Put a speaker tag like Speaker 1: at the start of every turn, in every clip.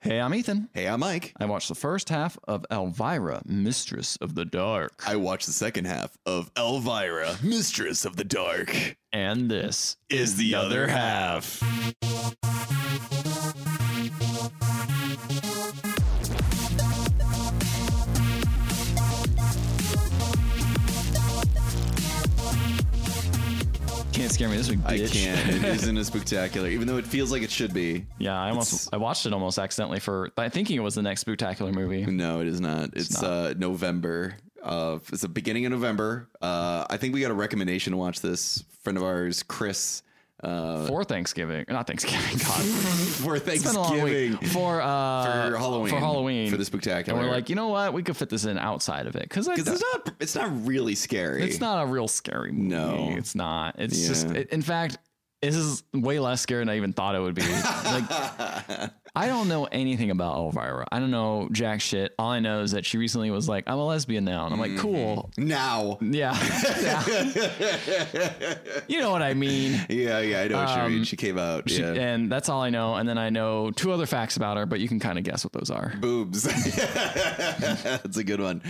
Speaker 1: Hey, I'm Ethan.
Speaker 2: Hey, I'm Mike.
Speaker 1: I watched the first half of Elvira, Mistress of the Dark,
Speaker 2: I watched the second half of Elvira, Mistress of the Dark,
Speaker 1: and this
Speaker 2: is the other half.
Speaker 1: can't scare me this week.
Speaker 2: I
Speaker 1: bitch.
Speaker 2: can't. It isn't as spectacular, even though it feels like it should be.
Speaker 1: yeah, I almost
Speaker 2: It's-
Speaker 1: I watched it almost accidentally for I thinking it was the next spectacular movie.
Speaker 2: No, it is not. It's,
Speaker 1: not.
Speaker 2: uh November. Uh it's the beginning of November. Uh I think we got a recommendation to watch this. Friend of ours, Chris. Uh
Speaker 1: For Thanksgiving, not Thanksgiving. God,
Speaker 2: for
Speaker 1: it's been a long
Speaker 2: Thanksgiving.
Speaker 1: week for uh
Speaker 2: for Halloween.
Speaker 1: for Halloween
Speaker 2: For the spectacular.
Speaker 1: And we're like, you know what? We could fit this in outside of it because
Speaker 2: because it's not it's not really scary.
Speaker 1: It's not a real scary movie.
Speaker 2: No.
Speaker 1: it's not. It's
Speaker 2: Yeah.
Speaker 1: just. It, in fact, this is way less scary than I even thought it would be. like, I don't know anything about Elvira. I don't know jack shit. All I know is that she recently was like, "I'm a lesbian now," and I'm like, "Cool."
Speaker 2: now.
Speaker 1: Yeah, yeah. you know what I mean.
Speaker 2: Yeah, yeah, I know what you
Speaker 1: Um,
Speaker 2: mean. She came out.
Speaker 1: She,
Speaker 2: yeah.
Speaker 1: And that's all I know. And then I know two other facts about her, but you can kind of guess what those are.
Speaker 2: boobs. That's a good one.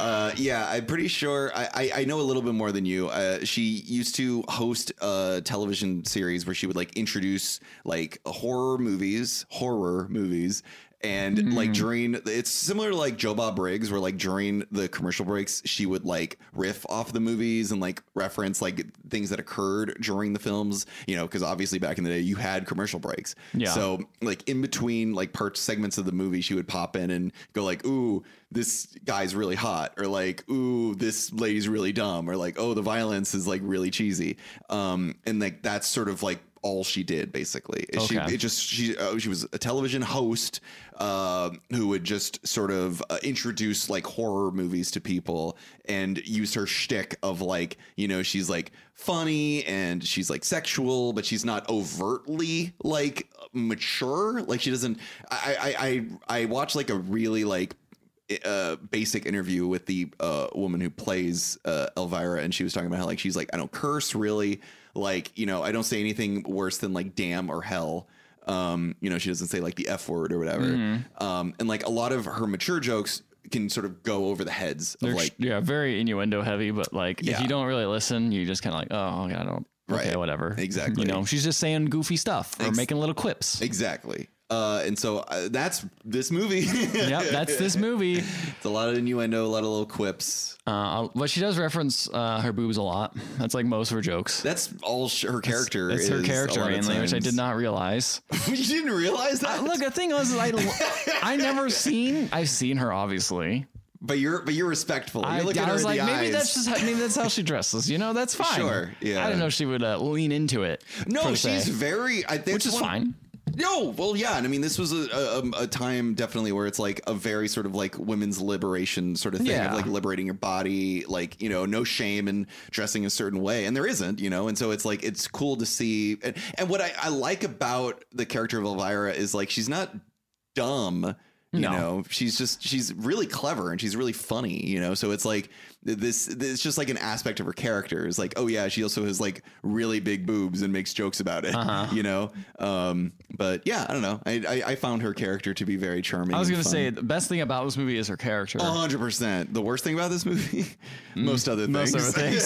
Speaker 2: Uh, yeah, I'm pretty sure I, I, I know a little bit more than you. Uh, she used to host a television series where she would like introduce like horror movies, horror movies. And
Speaker 1: Hmm.
Speaker 2: like during, it's similar to like Joe Bob Briggs, where like during the commercial breaks, she would like riff off the movies and like reference like things that occurred during the films, you know, because obviously back in the day you had commercial breaks.
Speaker 1: Yeah.
Speaker 2: So like in between like parts segments of the movie she would pop in and go like ooh this guy's really hot or like ooh this lady's really dumb or like oh the violence is like really cheesy um and like that's sort of like all she did basically Is she
Speaker 1: Okay.
Speaker 2: it just she uh, she was a television host uh, who would just sort of uh, introduce like horror movies to people and use her shtick of like you know she's like funny and she's like sexual but she's not overtly like mature like she doesn't I I I, I watched like a really like uh, basic interview with the uh, woman who plays uh, Elvira, and she was talking about how like she's like I don't curse really, like you know I don't say anything worse than like damn or hell. Um, you know she doesn't say like the f word or whatever.
Speaker 1: Mm-hmm.
Speaker 2: Um, and like a lot of her mature jokes can sort of go over the heads of
Speaker 1: They're
Speaker 2: like
Speaker 1: ex- yeah, very innuendo heavy, but like if
Speaker 2: Yeah.
Speaker 1: you don't really listen, you just kind of like, oh, okay, I don't. Okay,
Speaker 2: Right.
Speaker 1: whatever.
Speaker 2: Exactly.
Speaker 1: You know, she's just saying goofy stuff or
Speaker 2: Ex-
Speaker 1: making little quips.
Speaker 2: exactly. Uh, and so uh, that's this movie.
Speaker 1: yep, that's this movie.
Speaker 2: it's a lot of innuendo, a lot of little quips.
Speaker 1: Uh, but she does reference uh, her boobs a lot. That's like most of her jokes.
Speaker 2: That's all sh- her character.
Speaker 1: That's her
Speaker 2: is a
Speaker 1: character
Speaker 2: lot of
Speaker 1: mainly, which I did
Speaker 2: times.
Speaker 1: not realize.
Speaker 2: you didn't realize that.
Speaker 1: Look, the thing was, I, I never seen. I've seen her obviously.
Speaker 2: But you're but you're respectful. You're
Speaker 1: I,
Speaker 2: looking
Speaker 1: I
Speaker 2: at her
Speaker 1: was
Speaker 2: in
Speaker 1: like,
Speaker 2: the
Speaker 1: maybe
Speaker 2: eyes.
Speaker 1: that's just how, maybe that's how she dresses. You know, that's fine.
Speaker 2: Sure, yeah.
Speaker 1: I didn't know she would uh, lean into it.
Speaker 2: no.
Speaker 1: per
Speaker 2: She's
Speaker 1: se,
Speaker 2: very. I think
Speaker 1: which is fine.
Speaker 2: No, well, yeah, and I mean, this was a, um, a a time definitely where it's like a very sort of like women's liberation sort of thing
Speaker 1: Yeah.
Speaker 2: of like liberating your body, like you know, no shame in dressing a certain way, and there isn't, you know, and so it's like it's cool to see. And, and what I, I like about the character of Elvira is like she's not dumb. You
Speaker 1: No.
Speaker 2: know, she's just she's really clever and she's really funny. You know, so it's like th- this. this- It's just like an aspect of her character is like, oh yeah, she also has like really big boobs and makes jokes about it.
Speaker 1: Uh-huh.
Speaker 2: You know, um, but yeah, I don't know. I, I I found her character to be very charming.
Speaker 1: I was
Speaker 2: and
Speaker 1: gonna
Speaker 2: fun.
Speaker 1: say uh, the best thing about this movie is her character.
Speaker 2: A hundred percent. The worst thing about this movie, most other things.
Speaker 1: Mm, Most other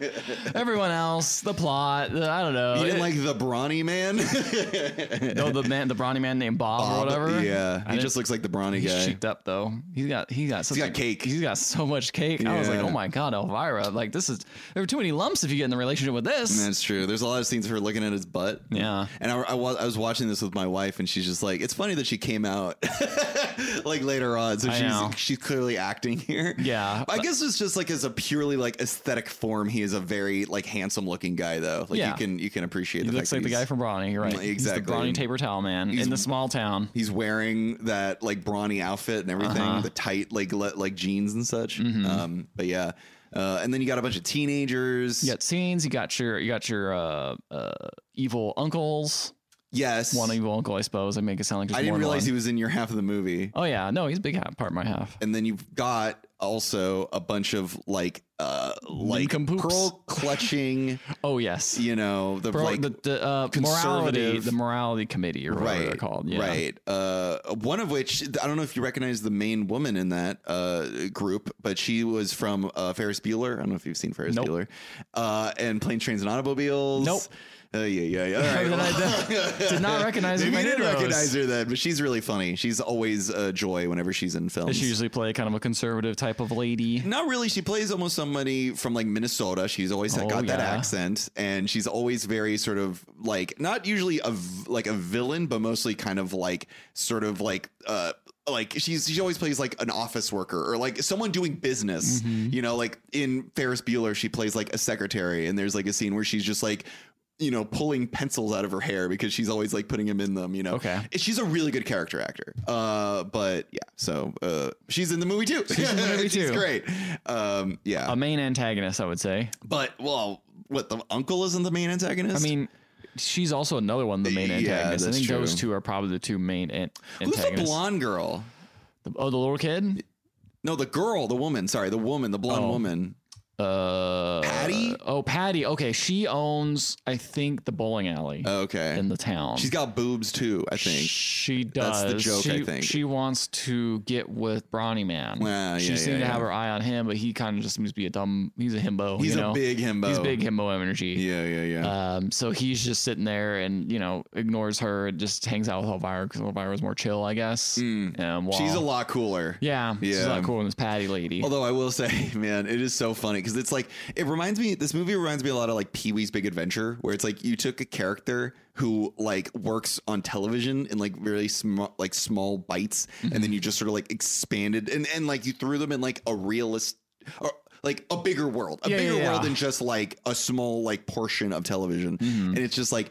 Speaker 1: things. Everyone else, the plot, the- I don't know.
Speaker 2: you didn't
Speaker 1: It-
Speaker 2: like the brawny man.
Speaker 1: no, the man, the brawny man named Bob, or whatever.
Speaker 2: Yeah,
Speaker 1: I
Speaker 2: he
Speaker 1: didn't-
Speaker 2: just looks like the brawny
Speaker 1: He's
Speaker 2: guy.
Speaker 1: cheeked up though. He's got he got such
Speaker 2: got
Speaker 1: a-
Speaker 2: cake.
Speaker 1: He's got so much cake. I was like,
Speaker 2: Yeah.
Speaker 1: oh my god, Elvira! Like this is there were too many lumps if you get in the relationship with this.
Speaker 2: That's true. There's a lot of scenes of her looking at his butt.
Speaker 1: Yeah.
Speaker 2: And I, I, was, I was watching this with my wife, and she's just like, "It's funny that she came out like later on." So
Speaker 1: I
Speaker 2: she's
Speaker 1: know.
Speaker 2: she's clearly acting here.
Speaker 1: Yeah.
Speaker 2: I guess it's just like as a purely like aesthetic form. He is a very like handsome looking guy, though. Like
Speaker 1: Yeah.
Speaker 2: you can you can appreciate
Speaker 1: He
Speaker 2: the
Speaker 1: looks
Speaker 2: fact
Speaker 1: like
Speaker 2: that
Speaker 1: the guy
Speaker 2: he's-
Speaker 1: from Brawny, you're right?
Speaker 2: Mm,
Speaker 1: He's the
Speaker 2: exactly.
Speaker 1: Brawny Taper Towel Man in the small town.
Speaker 2: he's wearing that like brawny outfit and everything,
Speaker 1: Uh-huh.
Speaker 2: the tight like le- like jeans and such.
Speaker 1: Mm-hmm.
Speaker 2: Um, but yeah, uh, and then you got a bunch of teenagers.
Speaker 1: You got scenes. You got your you got your uh, uh, evil uncles.
Speaker 2: Yes.
Speaker 1: One evil uncle, I suppose. I make it sound like there's
Speaker 2: I didn't
Speaker 1: more than
Speaker 2: realize
Speaker 1: one.
Speaker 2: he was in your half of the movie.
Speaker 1: Oh yeah, no, he's a big half, part of my half.
Speaker 2: And then you've got also a bunch of like uh like
Speaker 1: Nincompoops.
Speaker 2: pearl clutching,
Speaker 1: Oh yes,
Speaker 2: you know, the
Speaker 1: Bro,
Speaker 2: like
Speaker 1: the, the uh, morality,
Speaker 2: conservative-
Speaker 1: the morality committee or whatever
Speaker 2: right
Speaker 1: they're called. Yeah.
Speaker 2: right uh one of which i don't know if you recognize the main woman in that uh group but she was from uh ferris bueller i don't know if you've seen ferris
Speaker 1: Nope.
Speaker 2: bueller uh and plane trains and automobiles
Speaker 1: Nope.
Speaker 2: uh, yeah, yeah, yeah. All right.
Speaker 1: Then I
Speaker 2: well-
Speaker 1: did not recognize
Speaker 2: Maybe
Speaker 1: my
Speaker 2: you didn't
Speaker 1: heroes.
Speaker 2: recognize her then, but she's really funny. She's always a joy whenever she's in films.
Speaker 1: Does she usually play kind of a conservative type of lady?
Speaker 2: Not really. She plays almost somebody from like Minnesota. She's always
Speaker 1: Oh,
Speaker 2: got that
Speaker 1: yeah.
Speaker 2: accent, and she's always very sort of like not usually a v- like a villain, but mostly kind of like sort of like uh like she's she always plays like an office worker or like someone doing business.
Speaker 1: Mm-hmm.
Speaker 2: You know, like in Ferris Bueller, she plays like a secretary, and there's like a scene where she's just like. You know, pulling pencils out of her hair because she's always like putting them in them. You know,
Speaker 1: Okay.
Speaker 2: She's a really good character actor. Uh, but yeah, so uh, she's in the movie too.
Speaker 1: She's in the movie,
Speaker 2: She's
Speaker 1: too.
Speaker 2: great. Um, yeah.
Speaker 1: A main antagonist, I would say.
Speaker 2: but well, what the uncle isn't the main
Speaker 1: I
Speaker 2: antagonist.
Speaker 1: mean, she's also another one, of the main
Speaker 2: Yeah,
Speaker 1: antagonist. I
Speaker 2: that's
Speaker 1: think those
Speaker 2: true.
Speaker 1: two are probably the two main an-
Speaker 2: who's the
Speaker 1: antagonists.
Speaker 2: blonde girl?
Speaker 1: The- oh, the little kid.
Speaker 2: No, the girl, the woman. Sorry, the woman, the blonde
Speaker 1: Oh.
Speaker 2: woman.
Speaker 1: Uh,
Speaker 2: Patty?
Speaker 1: Oh, Patty. Okay, she owns, I think, the bowling alley
Speaker 2: Oh, Okay,
Speaker 1: in the town.
Speaker 2: she's got boobs too. I think.
Speaker 1: She
Speaker 2: That's
Speaker 1: does.
Speaker 2: the joke, I
Speaker 1: She,
Speaker 2: think.
Speaker 1: she wants to get with Brawny Man.
Speaker 2: Ah, yeah,
Speaker 1: she seems
Speaker 2: yeah,
Speaker 1: to
Speaker 2: yeah.
Speaker 1: have her eye on him, but he kind of just seems to be a dumb. He's a himbo.
Speaker 2: He's
Speaker 1: you
Speaker 2: a
Speaker 1: know?
Speaker 2: big himbo.
Speaker 1: He's big himbo energy.
Speaker 2: Yeah, yeah, yeah.
Speaker 1: Um, so he's just sitting there and you know ignores her and just hangs out with Elvira because Elvira's more chill, I guess. Um, while-
Speaker 2: Hmm. Mm. she's a lot cooler.
Speaker 1: yeah, she's a
Speaker 2: Yeah.
Speaker 1: lot cooler than this Patty lady.
Speaker 2: Although I will say, man, it is so funny because it's like it reminds me. This movie reminds me a lot of like Pee Wee's Big Adventure, where it's like you took a character who like works on television in like really small, like small bites, and
Speaker 1: Mm-hmm.
Speaker 2: then you just sort of like expanded and and like you threw them in like a realist. Or, like a bigger world, a
Speaker 1: Yeah,
Speaker 2: bigger
Speaker 1: yeah, yeah.
Speaker 2: world than just like a small like portion of television,
Speaker 1: Mm-hmm.
Speaker 2: and it's just like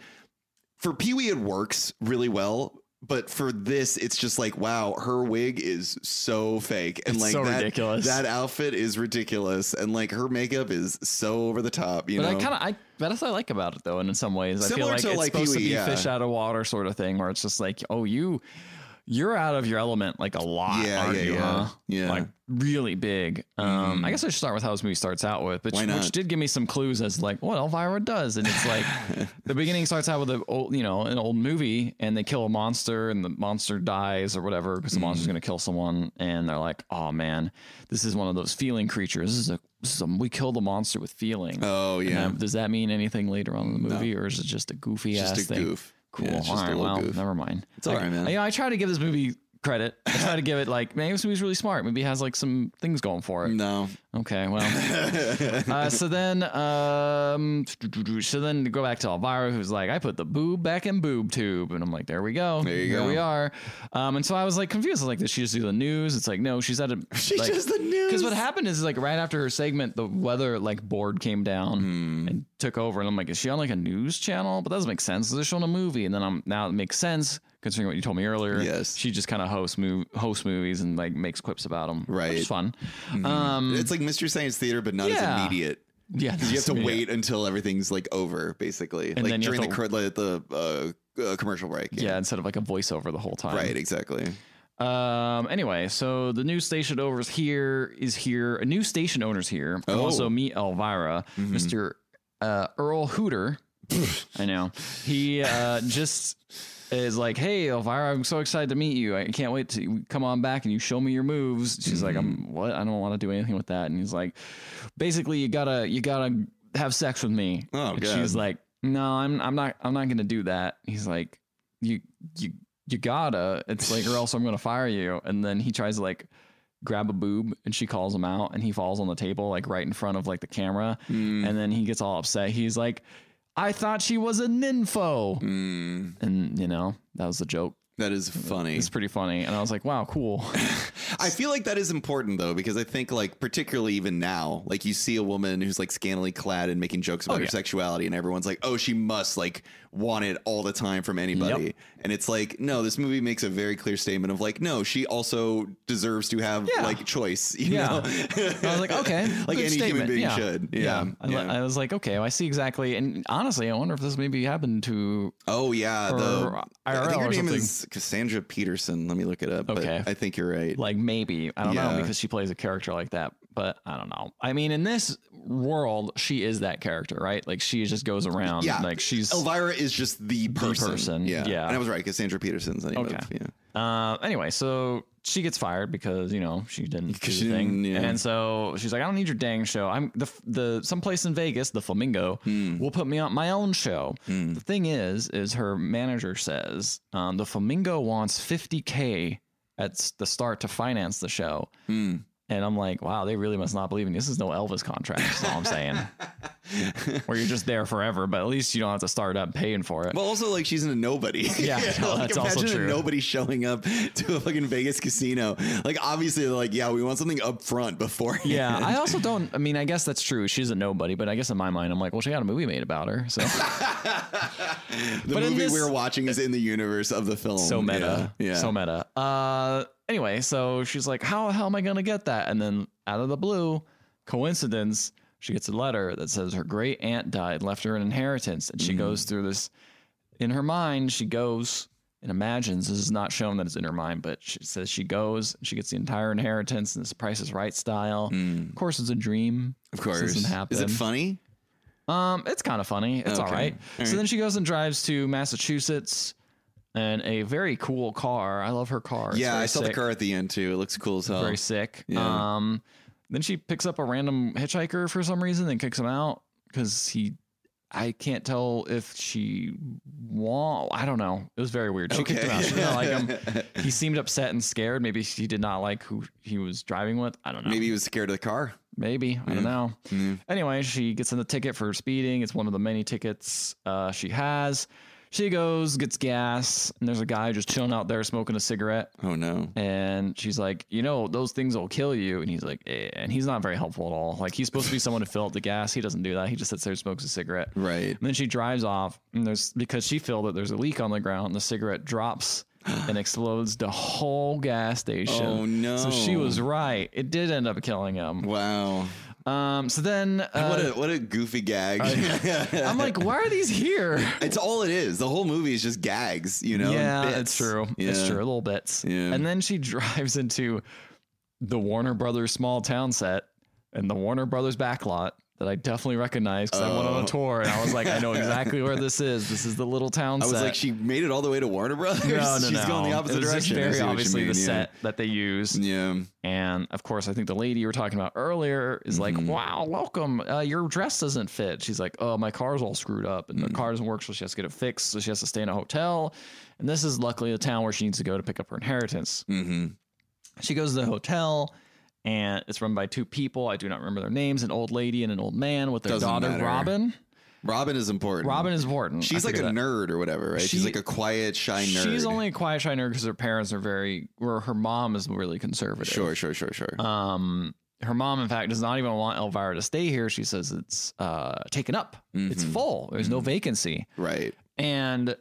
Speaker 2: for Pee Wee, it works really well. But for this, it's just like, wow, her wig is so fake. And
Speaker 1: It's
Speaker 2: like
Speaker 1: so
Speaker 2: that,
Speaker 1: ridiculous.
Speaker 2: that outfit is ridiculous. And like her makeup is so over the top, you
Speaker 1: but I
Speaker 2: know?
Speaker 1: kind of I that's what I like about it though, and in some ways I feel
Speaker 2: Similar
Speaker 1: like
Speaker 2: to,
Speaker 1: it's
Speaker 2: like,
Speaker 1: supposed
Speaker 2: Pee-wee,
Speaker 1: to be
Speaker 2: yeah.
Speaker 1: fish out of water sort of thing, where it's just like, oh, you you're out of your element like a lot,
Speaker 2: Yeah,
Speaker 1: aren't
Speaker 2: yeah,
Speaker 1: you?
Speaker 2: yeah.
Speaker 1: huh?
Speaker 2: Yeah. Mm-hmm.
Speaker 1: like really big. Um, I guess I should start with how this movie starts out with, but
Speaker 2: Why not?
Speaker 1: which did give me some clues as to, like what Elvira does, and it's like the beginning starts out with a old, you know, an old movie, and they kill a monster, and the monster dies or whatever because the
Speaker 2: Mm-hmm.
Speaker 1: monster's gonna kill someone, and they're like, oh man, this is one of those feeling creatures. This is a, this is a we kill the monster with feeling.
Speaker 2: oh,
Speaker 1: And
Speaker 2: yeah.
Speaker 1: that- does that mean anything later on in the movie, or is it just a goofy
Speaker 2: Just
Speaker 1: ass
Speaker 2: a
Speaker 1: thing?
Speaker 2: goof.
Speaker 1: Cool.
Speaker 2: Yeah, it's
Speaker 1: all
Speaker 2: just a
Speaker 1: right.
Speaker 2: little
Speaker 1: Well,
Speaker 2: goof.
Speaker 1: never mind. It's
Speaker 2: all right, man.
Speaker 1: You know, I try to give this movie credit. I try to give it like, man, this movie's really smart. Maybe it has like some things going for it.
Speaker 2: No.
Speaker 1: Okay, well. uh, so then, um, so then to go back to Elvira, who's like, I put the boob back in boob tube, and I'm like, there we go.
Speaker 2: There you
Speaker 1: Here
Speaker 2: go.
Speaker 1: we are. Um, and so I was like confused. I was like, did she just do the news? It's like, no, she's at a.
Speaker 2: She
Speaker 1: like,
Speaker 2: does the news.
Speaker 1: because what happened is like right after her segment, the weather like board came down
Speaker 2: Mm-hmm. Hmm,
Speaker 1: and took over, and I'm like, is she on like a news channel? But that doesn't make sense. They're showing a movie, and then I'm now it makes sense considering what you told me earlier.
Speaker 2: Yes.
Speaker 1: she just kind of hosts move hosts movies and like makes quips about them. which
Speaker 2: Right. Mm-hmm.
Speaker 1: is fun. Um,
Speaker 2: hmm. It's like Mystery Science Theater, but not
Speaker 1: Yeah.
Speaker 2: as immediate.
Speaker 1: yeah,
Speaker 2: 'Cause You have to wait until everything,'s like over, basically.
Speaker 1: And
Speaker 2: like
Speaker 1: then you
Speaker 2: during
Speaker 1: have
Speaker 2: the, cr- like, the uh, uh, commercial break.
Speaker 1: Yeah. instead of like a voiceover the whole time.
Speaker 2: Right, exactly.
Speaker 1: Um. Anyway, so the new station owner's here is here. A new station owner's here. I
Speaker 2: Oh.
Speaker 1: also meet Elvira,
Speaker 2: Mm-hmm.
Speaker 1: Mister uh, Earl Hooter. I know he uh, just is like, "Hey, Elvira, I'm so excited to meet you. I can't wait to come on back and you show me your moves." She's like, "I'm what? I don't want to do anything with that." And he's like, "Basically, you gotta you gotta have sex with me."
Speaker 2: Oh,
Speaker 1: and
Speaker 2: God.
Speaker 1: she's like, "No, I'm I'm not I'm not gonna do that." He's like, "You you you gotta. It's like, or else I'm gonna fire you." And then he tries to like grab a boob and she calls him out and he falls on the table like right in front of like the camera
Speaker 2: Hmm.
Speaker 1: and then he gets all upset he's like i thought she was a ninfo
Speaker 2: Mm.
Speaker 1: and you know that was the joke
Speaker 2: That is funny.
Speaker 1: It's pretty funny. And I was like, wow, cool.
Speaker 2: I feel like that is important though, because I think like particularly even now, like you see a woman who's like scantily clad and making jokes about her
Speaker 1: Oh, yeah.
Speaker 2: sexuality, and everyone's like, "Oh, she must like want it all the time from anybody."
Speaker 1: Yep.
Speaker 2: And it's like, no, this movie makes a very clear statement of like, no, she also deserves to have
Speaker 1: Yeah.
Speaker 2: like choice. You
Speaker 1: Yeah.
Speaker 2: know,
Speaker 1: I was like, okay,
Speaker 2: like
Speaker 1: good
Speaker 2: any human
Speaker 1: statement.
Speaker 2: being
Speaker 1: Yeah.
Speaker 2: should. Yeah.
Speaker 1: I, li-
Speaker 2: Yeah.
Speaker 1: I was like, okay, well, I see exactly. And honestly, I wonder if this maybe happened to.
Speaker 2: Oh yeah, the
Speaker 1: Or
Speaker 2: I think
Speaker 1: IRL
Speaker 2: her
Speaker 1: or
Speaker 2: name
Speaker 1: something.
Speaker 2: is Cassandra Peterson. Let me look it up.
Speaker 1: Okay.
Speaker 2: but I think you're right.
Speaker 1: Like maybe I don't
Speaker 2: Yeah.
Speaker 1: know because she plays a character like that, but I don't know. I mean, in this world, she is that character, right? Like she just goes around,
Speaker 2: Yeah.
Speaker 1: Um, Like she's
Speaker 2: Elvira is just the person.
Speaker 1: person,
Speaker 2: Yeah.
Speaker 1: yeah.
Speaker 2: And I was right. Cassandra Peterson's the name
Speaker 1: Okay.
Speaker 2: of yeah.
Speaker 1: Uh, anyway, so she gets fired because you know she didn't do
Speaker 2: Because she
Speaker 1: the thing,
Speaker 2: didn't, yeah.
Speaker 1: and so she's like, "I don't need your dang show. I'm the the someplace in Vegas, the Flamingo,
Speaker 2: Hmm,
Speaker 1: will put me on my own show." The thing is, is her manager says um, the Flamingo wants 50k at s- the start to finance the show,
Speaker 2: hmm.
Speaker 1: and I'm like, "Wow, they really must not believe in you. This is no Elvis contract." That's all I'm saying. Where you're just there forever, but at least you don't have to start up paying for it.
Speaker 2: Well, also like she's in a nobody.
Speaker 1: Yeah, no,
Speaker 2: like,
Speaker 1: that's also
Speaker 2: imagine a
Speaker 1: true.
Speaker 2: nobody showing up to a fucking Vegas casino. Like obviously, they're like yeah, we want something up front before.
Speaker 1: Yeah, I also don't. I mean, I guess that's true. She's a nobody, but I guess in my mind, I'm like, well, she got a movie made about her, so
Speaker 2: the
Speaker 1: but in
Speaker 2: movie
Speaker 1: this-
Speaker 2: we're watching is in the universe of the film.
Speaker 1: so meta,
Speaker 2: Oh, Yeah, yeah.
Speaker 1: so meta. Uh, anyway, so she's like, how the hell am I gonna get that? And then out of the blue, coincidence, she gets a letter that says her great aunt died, left her an inheritance, and she goes
Speaker 2: Mm.
Speaker 1: through this. In her mind, she goes and imagines. This is not shown that it's in her mind, but she says she goes. And she gets the entire inheritance in this Price is Right style.
Speaker 2: Mm.
Speaker 1: Of course, it's a dream.
Speaker 2: of
Speaker 1: This
Speaker 2: Hmm, course.
Speaker 1: doesn't
Speaker 2: Is it
Speaker 1: happen.
Speaker 2: funny?
Speaker 1: Um, it's kind of funny. It's all
Speaker 2: Okay.
Speaker 1: right.
Speaker 2: All
Speaker 1: So
Speaker 2: right.
Speaker 1: then she goes and drives to Massachusetts and a very cool car. I love her car. It's
Speaker 2: yeah,
Speaker 1: very
Speaker 2: I saw the
Speaker 1: sick,
Speaker 2: car at the end too. It looks cool as hell.
Speaker 1: Very sick.
Speaker 2: Yeah.
Speaker 1: Um, then she picks up a random hitchhiker for some reason and kicks him out because he. I can't tell if she. Wa- I don't know. It was very weird. She kicked him out. She did not like him. He seemed upset and scared. Maybe he did not like who he was driving with. I don't know.
Speaker 2: Maybe he was scared of the car.
Speaker 1: Maybe. I don't know.
Speaker 2: Yeah.
Speaker 1: Anyway, she gets in the ticket for speeding. It's one of the many tickets uh, she has. She goes, gets gas, and there's a guy just chilling out there smoking a cigarette.
Speaker 2: Oh no.
Speaker 1: And she's like, you know, those things will kill you. And he's like, eh. and he's not very helpful at all. Like he's supposed to be someone to fill up the gas. He doesn't do that. He just sits there, and smokes a cigarette.
Speaker 2: Right.
Speaker 1: And then she drives off, and there's because she filled it. There's a leak on the ground, and the cigarette drops and explodes the whole gas station.
Speaker 2: Oh, no.
Speaker 1: So she was right. It did end up killing him.
Speaker 2: Wow.
Speaker 1: Um. So then,
Speaker 2: What
Speaker 1: uh,
Speaker 2: a what a goofy gag.
Speaker 1: I'm like, why are these here?
Speaker 2: It's all it is. The whole movie is just gags, you know. and
Speaker 1: yeah,
Speaker 2: bits.
Speaker 1: it's true. It's
Speaker 2: Yeah.
Speaker 1: true. Little bits.
Speaker 2: Yeah.
Speaker 1: And then she drives into the Warner Brothers small town set and the Warner Brothers backlot that I definitely recognize because I went on
Speaker 2: Oh.
Speaker 1: a tour and I was like, I know exactly where this is. This is the little town
Speaker 2: I was
Speaker 1: set.
Speaker 2: like, she made it all the way to Warner Brothers.
Speaker 1: no, no,
Speaker 2: She's
Speaker 1: no.
Speaker 2: going the opposite
Speaker 1: it was
Speaker 2: direction. I
Speaker 1: Just
Speaker 2: see
Speaker 1: very
Speaker 2: what you
Speaker 1: obviously
Speaker 2: mean,
Speaker 1: the
Speaker 2: yeah.
Speaker 1: set that they use.
Speaker 2: Yeah.
Speaker 1: And of course, I think the lady you were talking about earlier is like,
Speaker 2: Mm-hmm.
Speaker 1: "Wow, welcome. Uh, your dress doesn't fit." She's like, "Oh, my car's all screwed up,
Speaker 2: Mm.
Speaker 1: and the car doesn't work, so she has to get it fixed. So she has to stay in a hotel." And this is luckily the town where she needs to go to pick up her inheritance.
Speaker 2: Mm-hmm.
Speaker 1: She goes to the hotel, and it's run by two people. I do not remember their names: an old lady and an old man with their
Speaker 2: Doesn't
Speaker 1: daughter
Speaker 2: matter.
Speaker 1: Robin.
Speaker 2: Robin is important.
Speaker 1: Robin is important.
Speaker 2: She's
Speaker 1: I
Speaker 2: like a
Speaker 1: figured that.
Speaker 2: nerd or whatever, right? She's
Speaker 1: She-
Speaker 2: like a quiet, shy nerd.
Speaker 1: She's only a quiet shy nerd because her parents are very, or her mom is really conservative.
Speaker 2: sure, sure, sure, sure.
Speaker 1: um her mom in fact does not even want elvira to stay here she says it's uh taken up it's
Speaker 2: Mhm.
Speaker 1: full there's no vacancy
Speaker 2: right.
Speaker 1: and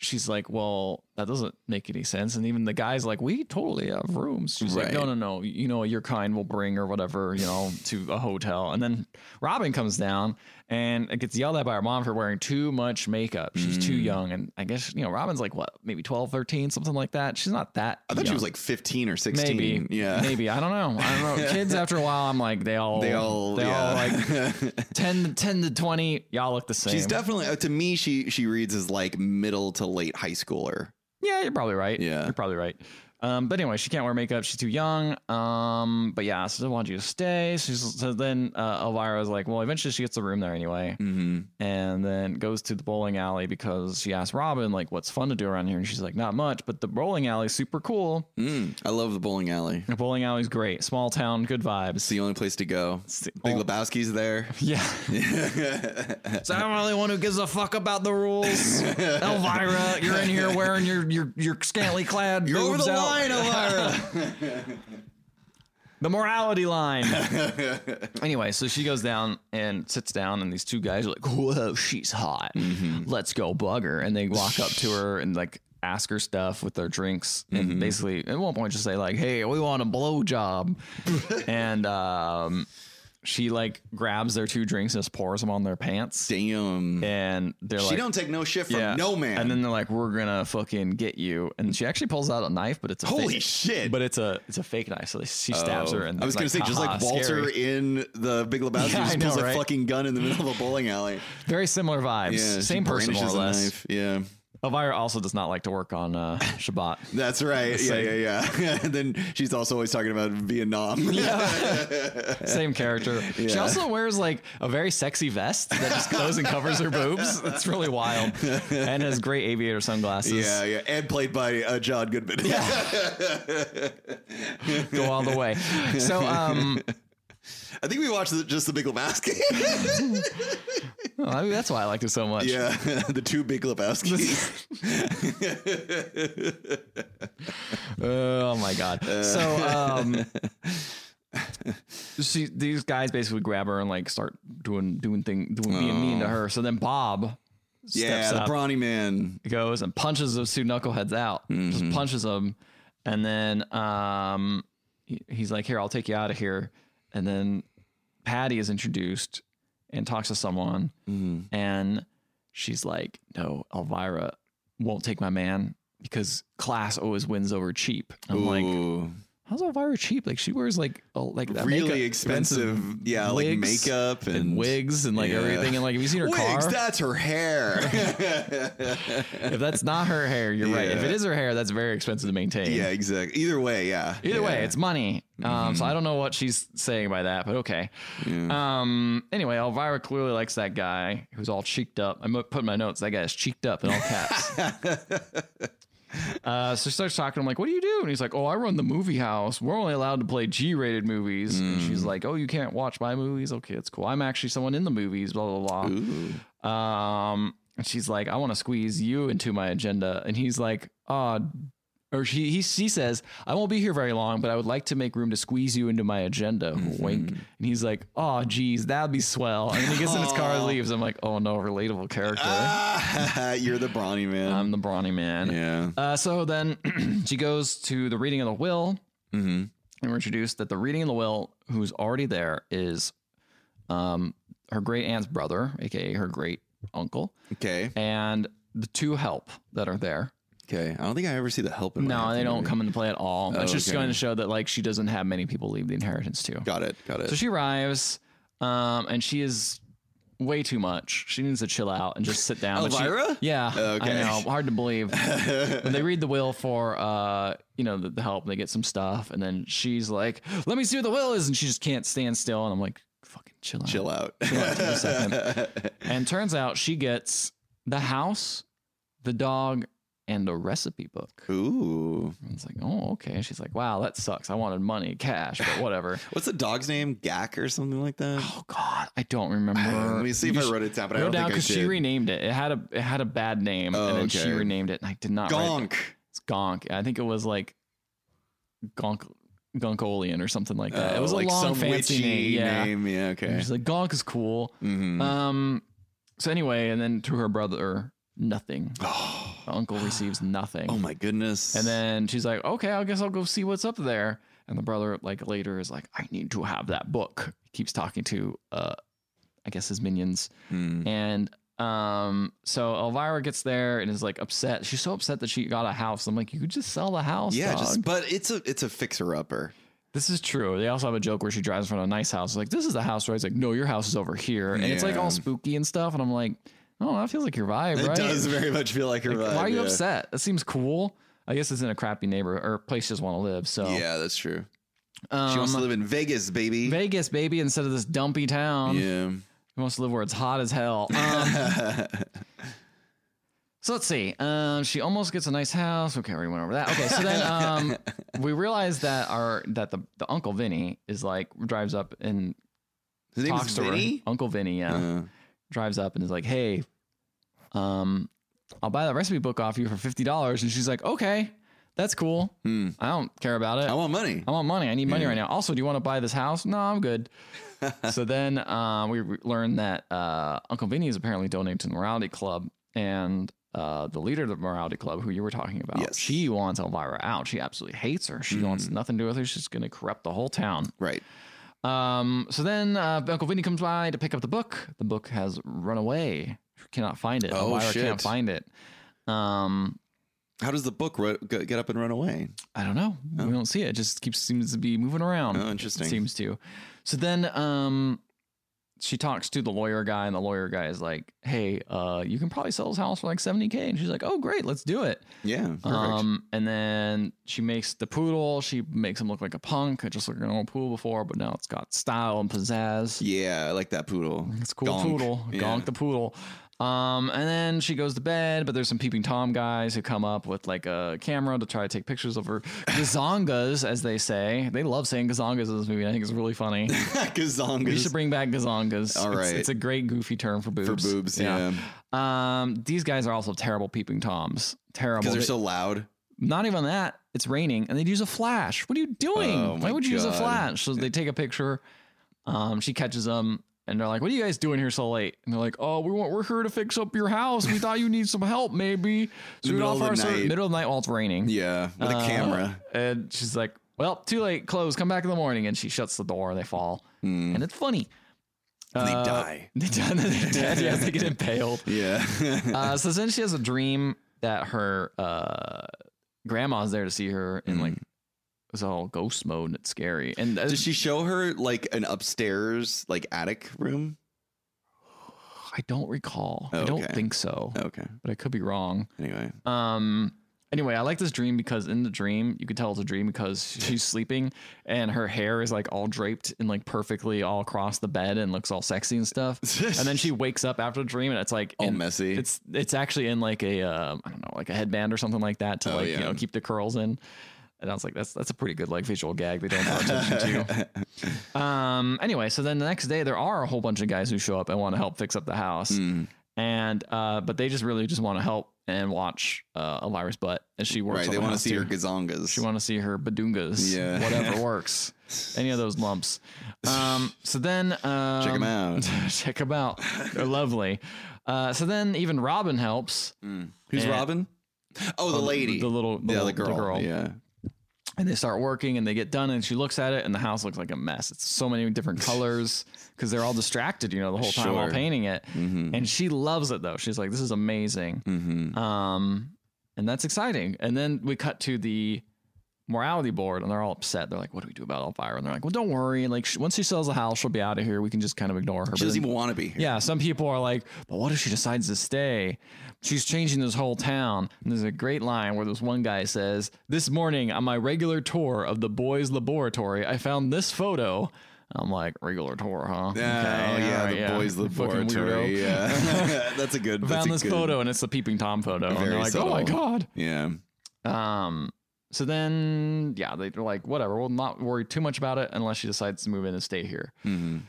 Speaker 1: she's like well that doesn't make any sense and even the guy's like we totally have rooms she's like no
Speaker 2: Right.
Speaker 1: no no you know your kind will bring or whatever you know to a hotel and then robin comes down and it gets yelled at by her mom for wearing too much makeup she's
Speaker 2: Mm.
Speaker 1: too young and i guess you know robin's like what maybe 12 13 something like that she's not that
Speaker 2: I thought she
Speaker 1: young.
Speaker 2: was like 15 or 16.
Speaker 1: Maybe.
Speaker 2: Yeah.
Speaker 1: Maybe. I don't know. I don't know. Kids after a while, I'm like, they all
Speaker 2: They all,
Speaker 1: they
Speaker 2: yeah.
Speaker 1: all like 10 to 10 to 20, y'all look the same.
Speaker 2: She's definitely uh, to me. She she reads as like middle to late high schooler.
Speaker 1: yeah, you're probably right.
Speaker 2: Yeah.
Speaker 1: You're probably right. Um, but anyway, she can't wear makeup. She's too young. Um, but yeah, so I want you to stay. So, she's, so then uh, Elvira is like, well, eventually she gets a room there anyway,
Speaker 2: Mm-hmm.
Speaker 1: and then goes to the bowling alley because she asked Robin like, what's fun to do around here, and she's like, not much, but the bowling alley's super cool.
Speaker 2: Mm, I love the bowling alley.
Speaker 1: The bowling alley's great. Small town, good
Speaker 2: It's
Speaker 1: vibes.
Speaker 2: the only place to go. Big Lebowski's there.
Speaker 1: Yeah. So I don't really want who gives a fuck about the rules. Elvira, you're in here wearing your your your scantily clad.
Speaker 2: You're over
Speaker 1: boobs
Speaker 2: the
Speaker 1: out.
Speaker 2: line, Elvira.
Speaker 1: The morality line. anyway, so she goes down and sits down, and these two guys are like, "Whoa, she's hot.
Speaker 2: Mm-hmm.
Speaker 1: Let's go bug her." And they walk up to her and like ask her stuff with their drinks, and
Speaker 2: Mm-hmm.
Speaker 1: basically at one point just say like, "Hey, we want a blow job," and um, she like grabs their two drinks and just pours them on their pants,
Speaker 2: Damn.
Speaker 1: and they're
Speaker 2: she
Speaker 1: like.
Speaker 2: don't take no shit from no man.
Speaker 1: And then they're like, "We're gonna fucking get you." And she actually pulls out a knife, but it's a
Speaker 2: Holy
Speaker 1: fake,
Speaker 2: shit.
Speaker 1: But it's a it's a fake knife. So they- she stabs her. And
Speaker 2: Oh. I was
Speaker 1: like,
Speaker 2: gonna say just like
Speaker 1: "Haha,
Speaker 2: Walter
Speaker 1: scary."
Speaker 2: in the Big Lebowski,
Speaker 1: Yeah, I
Speaker 2: just
Speaker 1: know,
Speaker 2: pulls a
Speaker 1: right?
Speaker 2: fucking gun in the middle of a bowling alley.
Speaker 1: Very similar vibes.
Speaker 2: Yeah, she
Speaker 1: Same person, more or
Speaker 2: brandishes a
Speaker 1: less.
Speaker 2: knife. Yeah,
Speaker 1: Elvira also does not like to work on uh, Shabbat.
Speaker 2: that's right. Yeah,
Speaker 1: Same.
Speaker 2: yeah, yeah. and then she's also always talking about Vietnam.
Speaker 1: Same character. She
Speaker 2: Yeah.
Speaker 1: also wears like a very sexy vest that just goes and covers her boobs. It's really wild, and has great aviator sunglasses.
Speaker 2: yeah, yeah. And played by uh, John Goodman.
Speaker 1: Go all the way. So, um,
Speaker 2: I think we watched the, just the Big Lebowski.
Speaker 1: well, oh, I mean, that's why I liked her so much.
Speaker 2: yeah, the two Big Lebowskis.
Speaker 1: Oh my god.
Speaker 2: Uh,
Speaker 1: So um she these guys basically grab her and like start doing doing thing doing being mean to her. So then Bob
Speaker 2: Oh. yeah,
Speaker 1: steps
Speaker 2: the
Speaker 1: up,
Speaker 2: brawny man.
Speaker 1: goes and punches those two knuckleheads out.
Speaker 2: Mm-hmm.
Speaker 1: Just punches them and then um he- he's like, "Here, I'll take you out of here." And then Patty is introduced and talks to someone and she's like, "No, Elvira won't take my man." Because class always wins over cheap. I'm like,
Speaker 2: Ooh,
Speaker 1: How's Elvira cheap? Like she wears like oh, like that
Speaker 2: really
Speaker 1: makeup-
Speaker 2: expensive. Yeah, like
Speaker 1: wigs
Speaker 2: makeup and,
Speaker 1: and, wigs and like
Speaker 2: Yeah.
Speaker 1: everything. And like, have you seen her
Speaker 2: Wigs,
Speaker 1: car?
Speaker 2: that's her hair.
Speaker 1: if that's not her hair, you're right. If
Speaker 2: Yeah.
Speaker 1: it is her hair, that's very expensive to maintain.
Speaker 2: Yeah, exactly. Either way, yeah.
Speaker 1: Either
Speaker 2: yeah. Mm-hmm.
Speaker 1: way, it's money. Um, so I don't know what she's saying by that, but okay.
Speaker 2: Mm.
Speaker 1: Um, anyway, Elvira clearly likes that guy who's all cheeked up. I mo- put in my notes that guy is cheeked up in all caps. uh, so she starts talking. I'm like, "What do you do?" And he's like, "Oh, I run the movie house. We're only allowed to play G-rated movies." And
Speaker 2: Mm.
Speaker 1: she's like, "Oh, you can't watch my movies? Okay, it's cool. I'm actually someone in the movies." Blah blah blah.
Speaker 2: Ooh.
Speaker 1: Um, and she's like, I want to squeeze you into my agenda. And he's like, uh, or she, he, she says, I won't be here very long, but I would like to make room to squeeze you into my agenda.
Speaker 2: Mm-hmm.
Speaker 1: Wink. And he's like, oh, geez, that'd be swell. And then he gets in his car and
Speaker 2: Aw.
Speaker 1: leaves. I'm like, oh, no, relatable character.
Speaker 2: Ah, you're the brawny man.
Speaker 1: I'm the brawny man.
Speaker 2: yeah.
Speaker 1: Uh, so then she goes to the reading of the will,
Speaker 2: Mm-hmm.
Speaker 1: and we're introduced that the reading of the will, who's already there, is um, her great aunt's brother, aka her great uncle,
Speaker 2: Okay.
Speaker 1: and the two help that are there.
Speaker 2: Okay. I don't think I ever see the help in my
Speaker 1: No,
Speaker 2: life,
Speaker 1: they don't
Speaker 2: maybe.
Speaker 1: come into play at all. it's just
Speaker 2: okay.
Speaker 1: going to show that like she doesn't have many people leave the inheritance to.
Speaker 2: Got it. Got it.
Speaker 1: So she arrives, um, and she is way too much. She needs to chill out and just
Speaker 2: Oh,
Speaker 1: sit down. But she-
Speaker 2: Elvira?
Speaker 1: yeah, I
Speaker 2: Okay.
Speaker 1: know. Hard to believe. But they read the will for uh, you know, the, the help. and They get some stuff, and then she's like, "Let me see what the will is," and she just can't stand still. And I'm like, "Fucking chill out."
Speaker 2: Chill out.
Speaker 1: out for a second. And turns out she gets the house, the dog, and the recipe book.
Speaker 2: Ooh.
Speaker 1: And it's like, oh, okay. She's like, wow, that sucks. I wanted money, cash, but whatever.
Speaker 2: What's the dog's name? Gak or something like that?
Speaker 1: oh God, I don't remember.
Speaker 2: Let me see if
Speaker 1: You
Speaker 2: I
Speaker 1: sh-
Speaker 2: wrote it down, but I
Speaker 1: Wrote
Speaker 2: don't
Speaker 1: down
Speaker 2: think I
Speaker 1: because she
Speaker 2: did.
Speaker 1: renamed it. It had a it had a bad name,
Speaker 2: Oh,
Speaker 1: and then she
Speaker 2: okay.
Speaker 1: renamed it, and I did not. write it down.
Speaker 2: Gonk.
Speaker 1: It's Gonk. I think it was like Gonk Gonkolian or something like that. it
Speaker 2: Oh,
Speaker 1: was a
Speaker 2: like
Speaker 1: long
Speaker 2: some
Speaker 1: fancy name.
Speaker 2: witchy
Speaker 1: Yeah.
Speaker 2: name. Yeah. Okay.
Speaker 1: She's like Gonk is cool.
Speaker 2: Mhm.
Speaker 1: Um. So anyway, and then to her brother, nothing.
Speaker 2: oh,
Speaker 1: Uncle receives nothing.
Speaker 2: oh my goodness.
Speaker 1: And then she's like, okay, I guess I'll go see what's up there. And the brother, like later, is like, I need to have that book. He keeps talking to, uh, I guess his minions.
Speaker 2: Mm.
Speaker 1: And um, so Elvira gets there and is like upset. She's so upset that she got a house. I'm like, you could just sell the house.
Speaker 2: yeah,
Speaker 1: dog."
Speaker 2: just but it's a it's a fixer upper.
Speaker 1: this is true. They also have a joke where she drives in front of a nice house. Like, this is the house where it's like, no, your house is over here. And it's like
Speaker 2: Yeah.
Speaker 1: all spooky and stuff. And I'm like, oh, that feels like your vibe,
Speaker 2: It
Speaker 1: right?
Speaker 2: does very much feel like her.
Speaker 1: Why are you
Speaker 2: yeah.
Speaker 1: upset? That seems cool. I guess it's in a crappy neighborhood or place just want to live. So
Speaker 2: Yeah, that's true.
Speaker 1: um,
Speaker 2: She wants to live in Vegas, baby.
Speaker 1: Vegas, baby, instead of this dumpy town.
Speaker 2: yeah.
Speaker 1: He wants to live where it's hot as hell. Um, so let's see. Um, she almost gets a nice house. Okay, we went over that. Okay, so then um, we realize that our that the, the uncle Vinny is like drives up and
Speaker 2: His name
Speaker 1: talks
Speaker 2: is
Speaker 1: to her.
Speaker 2: Vinny.
Speaker 1: Uncle Vinny, Oh, yeah,
Speaker 2: Uh,
Speaker 1: drives up and is like, "Hey, um, I'll buy that recipe book off you for fifty dollars." And she's like, "Okay, that's cool.
Speaker 2: hmm.
Speaker 1: I don't care about it.
Speaker 2: I want money.
Speaker 1: I want money. I need money
Speaker 2: Yeah.
Speaker 1: right now. Also, do you want to buy this house? No, I'm good. so then uh, we re- learned that uh, Uncle Vinny is apparently donating to the Morality Club, and uh, the leader of the Morality Club, who you were talking about,
Speaker 2: Yes. Mm.
Speaker 1: she wants Elvira out. She absolutely hates her. She wants nothing to do with her. She's going to corrupt the whole town.
Speaker 2: Right.
Speaker 1: Um, so then uh, Uncle Vinny comes by to pick up the book. The book has run away. She cannot find it.
Speaker 2: Oh,
Speaker 1: Elvira
Speaker 2: shit.
Speaker 1: can't find it. Um,
Speaker 2: How does the book ru- g- get up and run away?
Speaker 1: I don't know. We don't see it. It just keeps seems to be moving around.
Speaker 2: Oh, interesting.
Speaker 1: It seems to. So then um she talks to the lawyer guy and the lawyer guy is like, "Hey, uh you can probably sell this house for like 70k." And she's like, "Oh, great. Let's do it."
Speaker 2: Yeah. Perfect.
Speaker 1: Um and then she makes the poodle, she makes him look like a punk. It just looked like an old poodle before, but now it's got style and pizzazz.
Speaker 2: yeah, I like that poodle.
Speaker 1: It's a cool
Speaker 2: Gonk.
Speaker 1: poodle.
Speaker 2: Yeah.
Speaker 1: Gonk the poodle. Um, and then she goes to bed, but there's some peeping tom guys who come up with like a camera to try to take pictures of her. Gazongas, as they say. They love saying gazongas in this movie. I think it's really funny. We should
Speaker 2: Kazongas
Speaker 1: bring back gazongas.
Speaker 2: All
Speaker 1: It's-
Speaker 2: right.
Speaker 1: It's, a great goofy term for boobs.
Speaker 2: for boobs. Yeah.
Speaker 1: Um, these guys are also terrible peeping toms. Terrible.
Speaker 2: Because they're
Speaker 1: They-
Speaker 2: so loud.
Speaker 1: Not even that. It's raining and they'd use a flash. What are you doing?
Speaker 2: Oh,
Speaker 1: Why
Speaker 2: my
Speaker 1: would you use a
Speaker 2: God.
Speaker 1: flash? So they take a picture. Um, she catches them and they're like, What are you guys doing here so late? And they're like, Oh, we want, we're here to fix up your house. We thought you need some help, maybe. So
Speaker 2: In the
Speaker 1: we
Speaker 2: middle
Speaker 1: offer
Speaker 2: of
Speaker 1: our
Speaker 2: the
Speaker 1: service
Speaker 2: night.
Speaker 1: middle of the night while it's raining.
Speaker 2: Yeah. With a
Speaker 1: Uh,
Speaker 2: camera.
Speaker 1: And she's like, Well, too late. Close. Come back in the morning. And she shuts the door and they fall.
Speaker 2: Hmm.
Speaker 1: And it's funny.
Speaker 2: they
Speaker 1: Uh,
Speaker 2: die.
Speaker 1: They die. They're dead. Yes, they get impaled.
Speaker 2: Yeah.
Speaker 1: Uh, so then she has a dream that her uh, grandma's there to see her, and like it's all ghost mode, and it's scary. And uh,
Speaker 2: Mm. Does she show her like an upstairs, like attic room?
Speaker 1: I don't recall. I don't
Speaker 2: Okay.
Speaker 1: think so,
Speaker 2: Oh, Okay.
Speaker 1: but I could be wrong.
Speaker 2: Anyway.
Speaker 1: Um. Anyway, I like this dream because in the dream you could tell it's a dream because she's sleeping and her hair is like all draped and like perfectly all across the bed and looks all sexy and stuff. and then she wakes up after the dream and it's like
Speaker 2: All
Speaker 1: in-
Speaker 2: messy.
Speaker 1: It's it's actually in like a um, I don't know like a headband or something like that to
Speaker 2: Oh,
Speaker 1: like you
Speaker 2: yeah.
Speaker 1: know keep the curls in. And I was like, that's that's a pretty good like visual gag they don't draw attention to. Um. Anyway, so then the next day there are a whole bunch of guys who show up and want to help fix up the house,
Speaker 2: Hmm.
Speaker 1: and uh, but they just really just want to help and watch uh, Elvira's butt as she works.
Speaker 2: Right. They
Speaker 1: want to
Speaker 2: see her gazongas.
Speaker 1: She want to see her badungas.
Speaker 2: Yeah.
Speaker 1: Whatever works. Any of those lumps. Um. So then. Um,
Speaker 2: Check them out.
Speaker 1: check them out. They're lovely. Uh, so then even Robin helps.
Speaker 2: Who's
Speaker 1: and-
Speaker 2: Robin? Hmm. Oh, the
Speaker 1: the-
Speaker 2: lady.
Speaker 1: the little- the
Speaker 2: yeah, the
Speaker 1: little-
Speaker 2: girl.
Speaker 1: the girl.
Speaker 2: Yeah.
Speaker 1: And they start working and they get done and she looks at it and the house looks like a mess. It's so many different colors because they're all distracted, you know, the whole time while
Speaker 2: Sure.
Speaker 1: painting it.
Speaker 2: Mm-hmm.
Speaker 1: And she loves it though. She's like, this is amazing.
Speaker 2: Mm-hmm.
Speaker 1: Um, and that's exciting. And then we cut to the morality board and they're all upset. They're like, what do we do about Elvira? And they're like, well, don't worry. Like sh- once she sells the house, she'll be out of here. We can just kind of ignore her.
Speaker 2: She
Speaker 1: But
Speaker 2: doesn't
Speaker 1: then-
Speaker 2: even want to be here.
Speaker 1: Yeah, some people are like, but what if she decides to stay? She's changing this whole town. And there's a great line where this one guy says, This morning on my regular tour of the boys' laboratory, I found this photo. I'm like, regular tour, huh? Okay,
Speaker 2: Yeah, oh, yeah,
Speaker 1: all right,
Speaker 2: the boys'
Speaker 1: you fucking
Speaker 2: laboratory.
Speaker 1: weirdo."
Speaker 2: Yeah, that's a good. that's
Speaker 1: Found
Speaker 2: a
Speaker 1: this
Speaker 2: good-
Speaker 1: photo and it's the peeping tom photo. and they're
Speaker 2: Very
Speaker 1: like, oh my
Speaker 2: subtle.
Speaker 1: God.
Speaker 2: Yeah,
Speaker 1: Um, so then, yeah, they- they're like, whatever, we'll not worry too much about it unless she decides to move in and stay here.
Speaker 2: Mhm.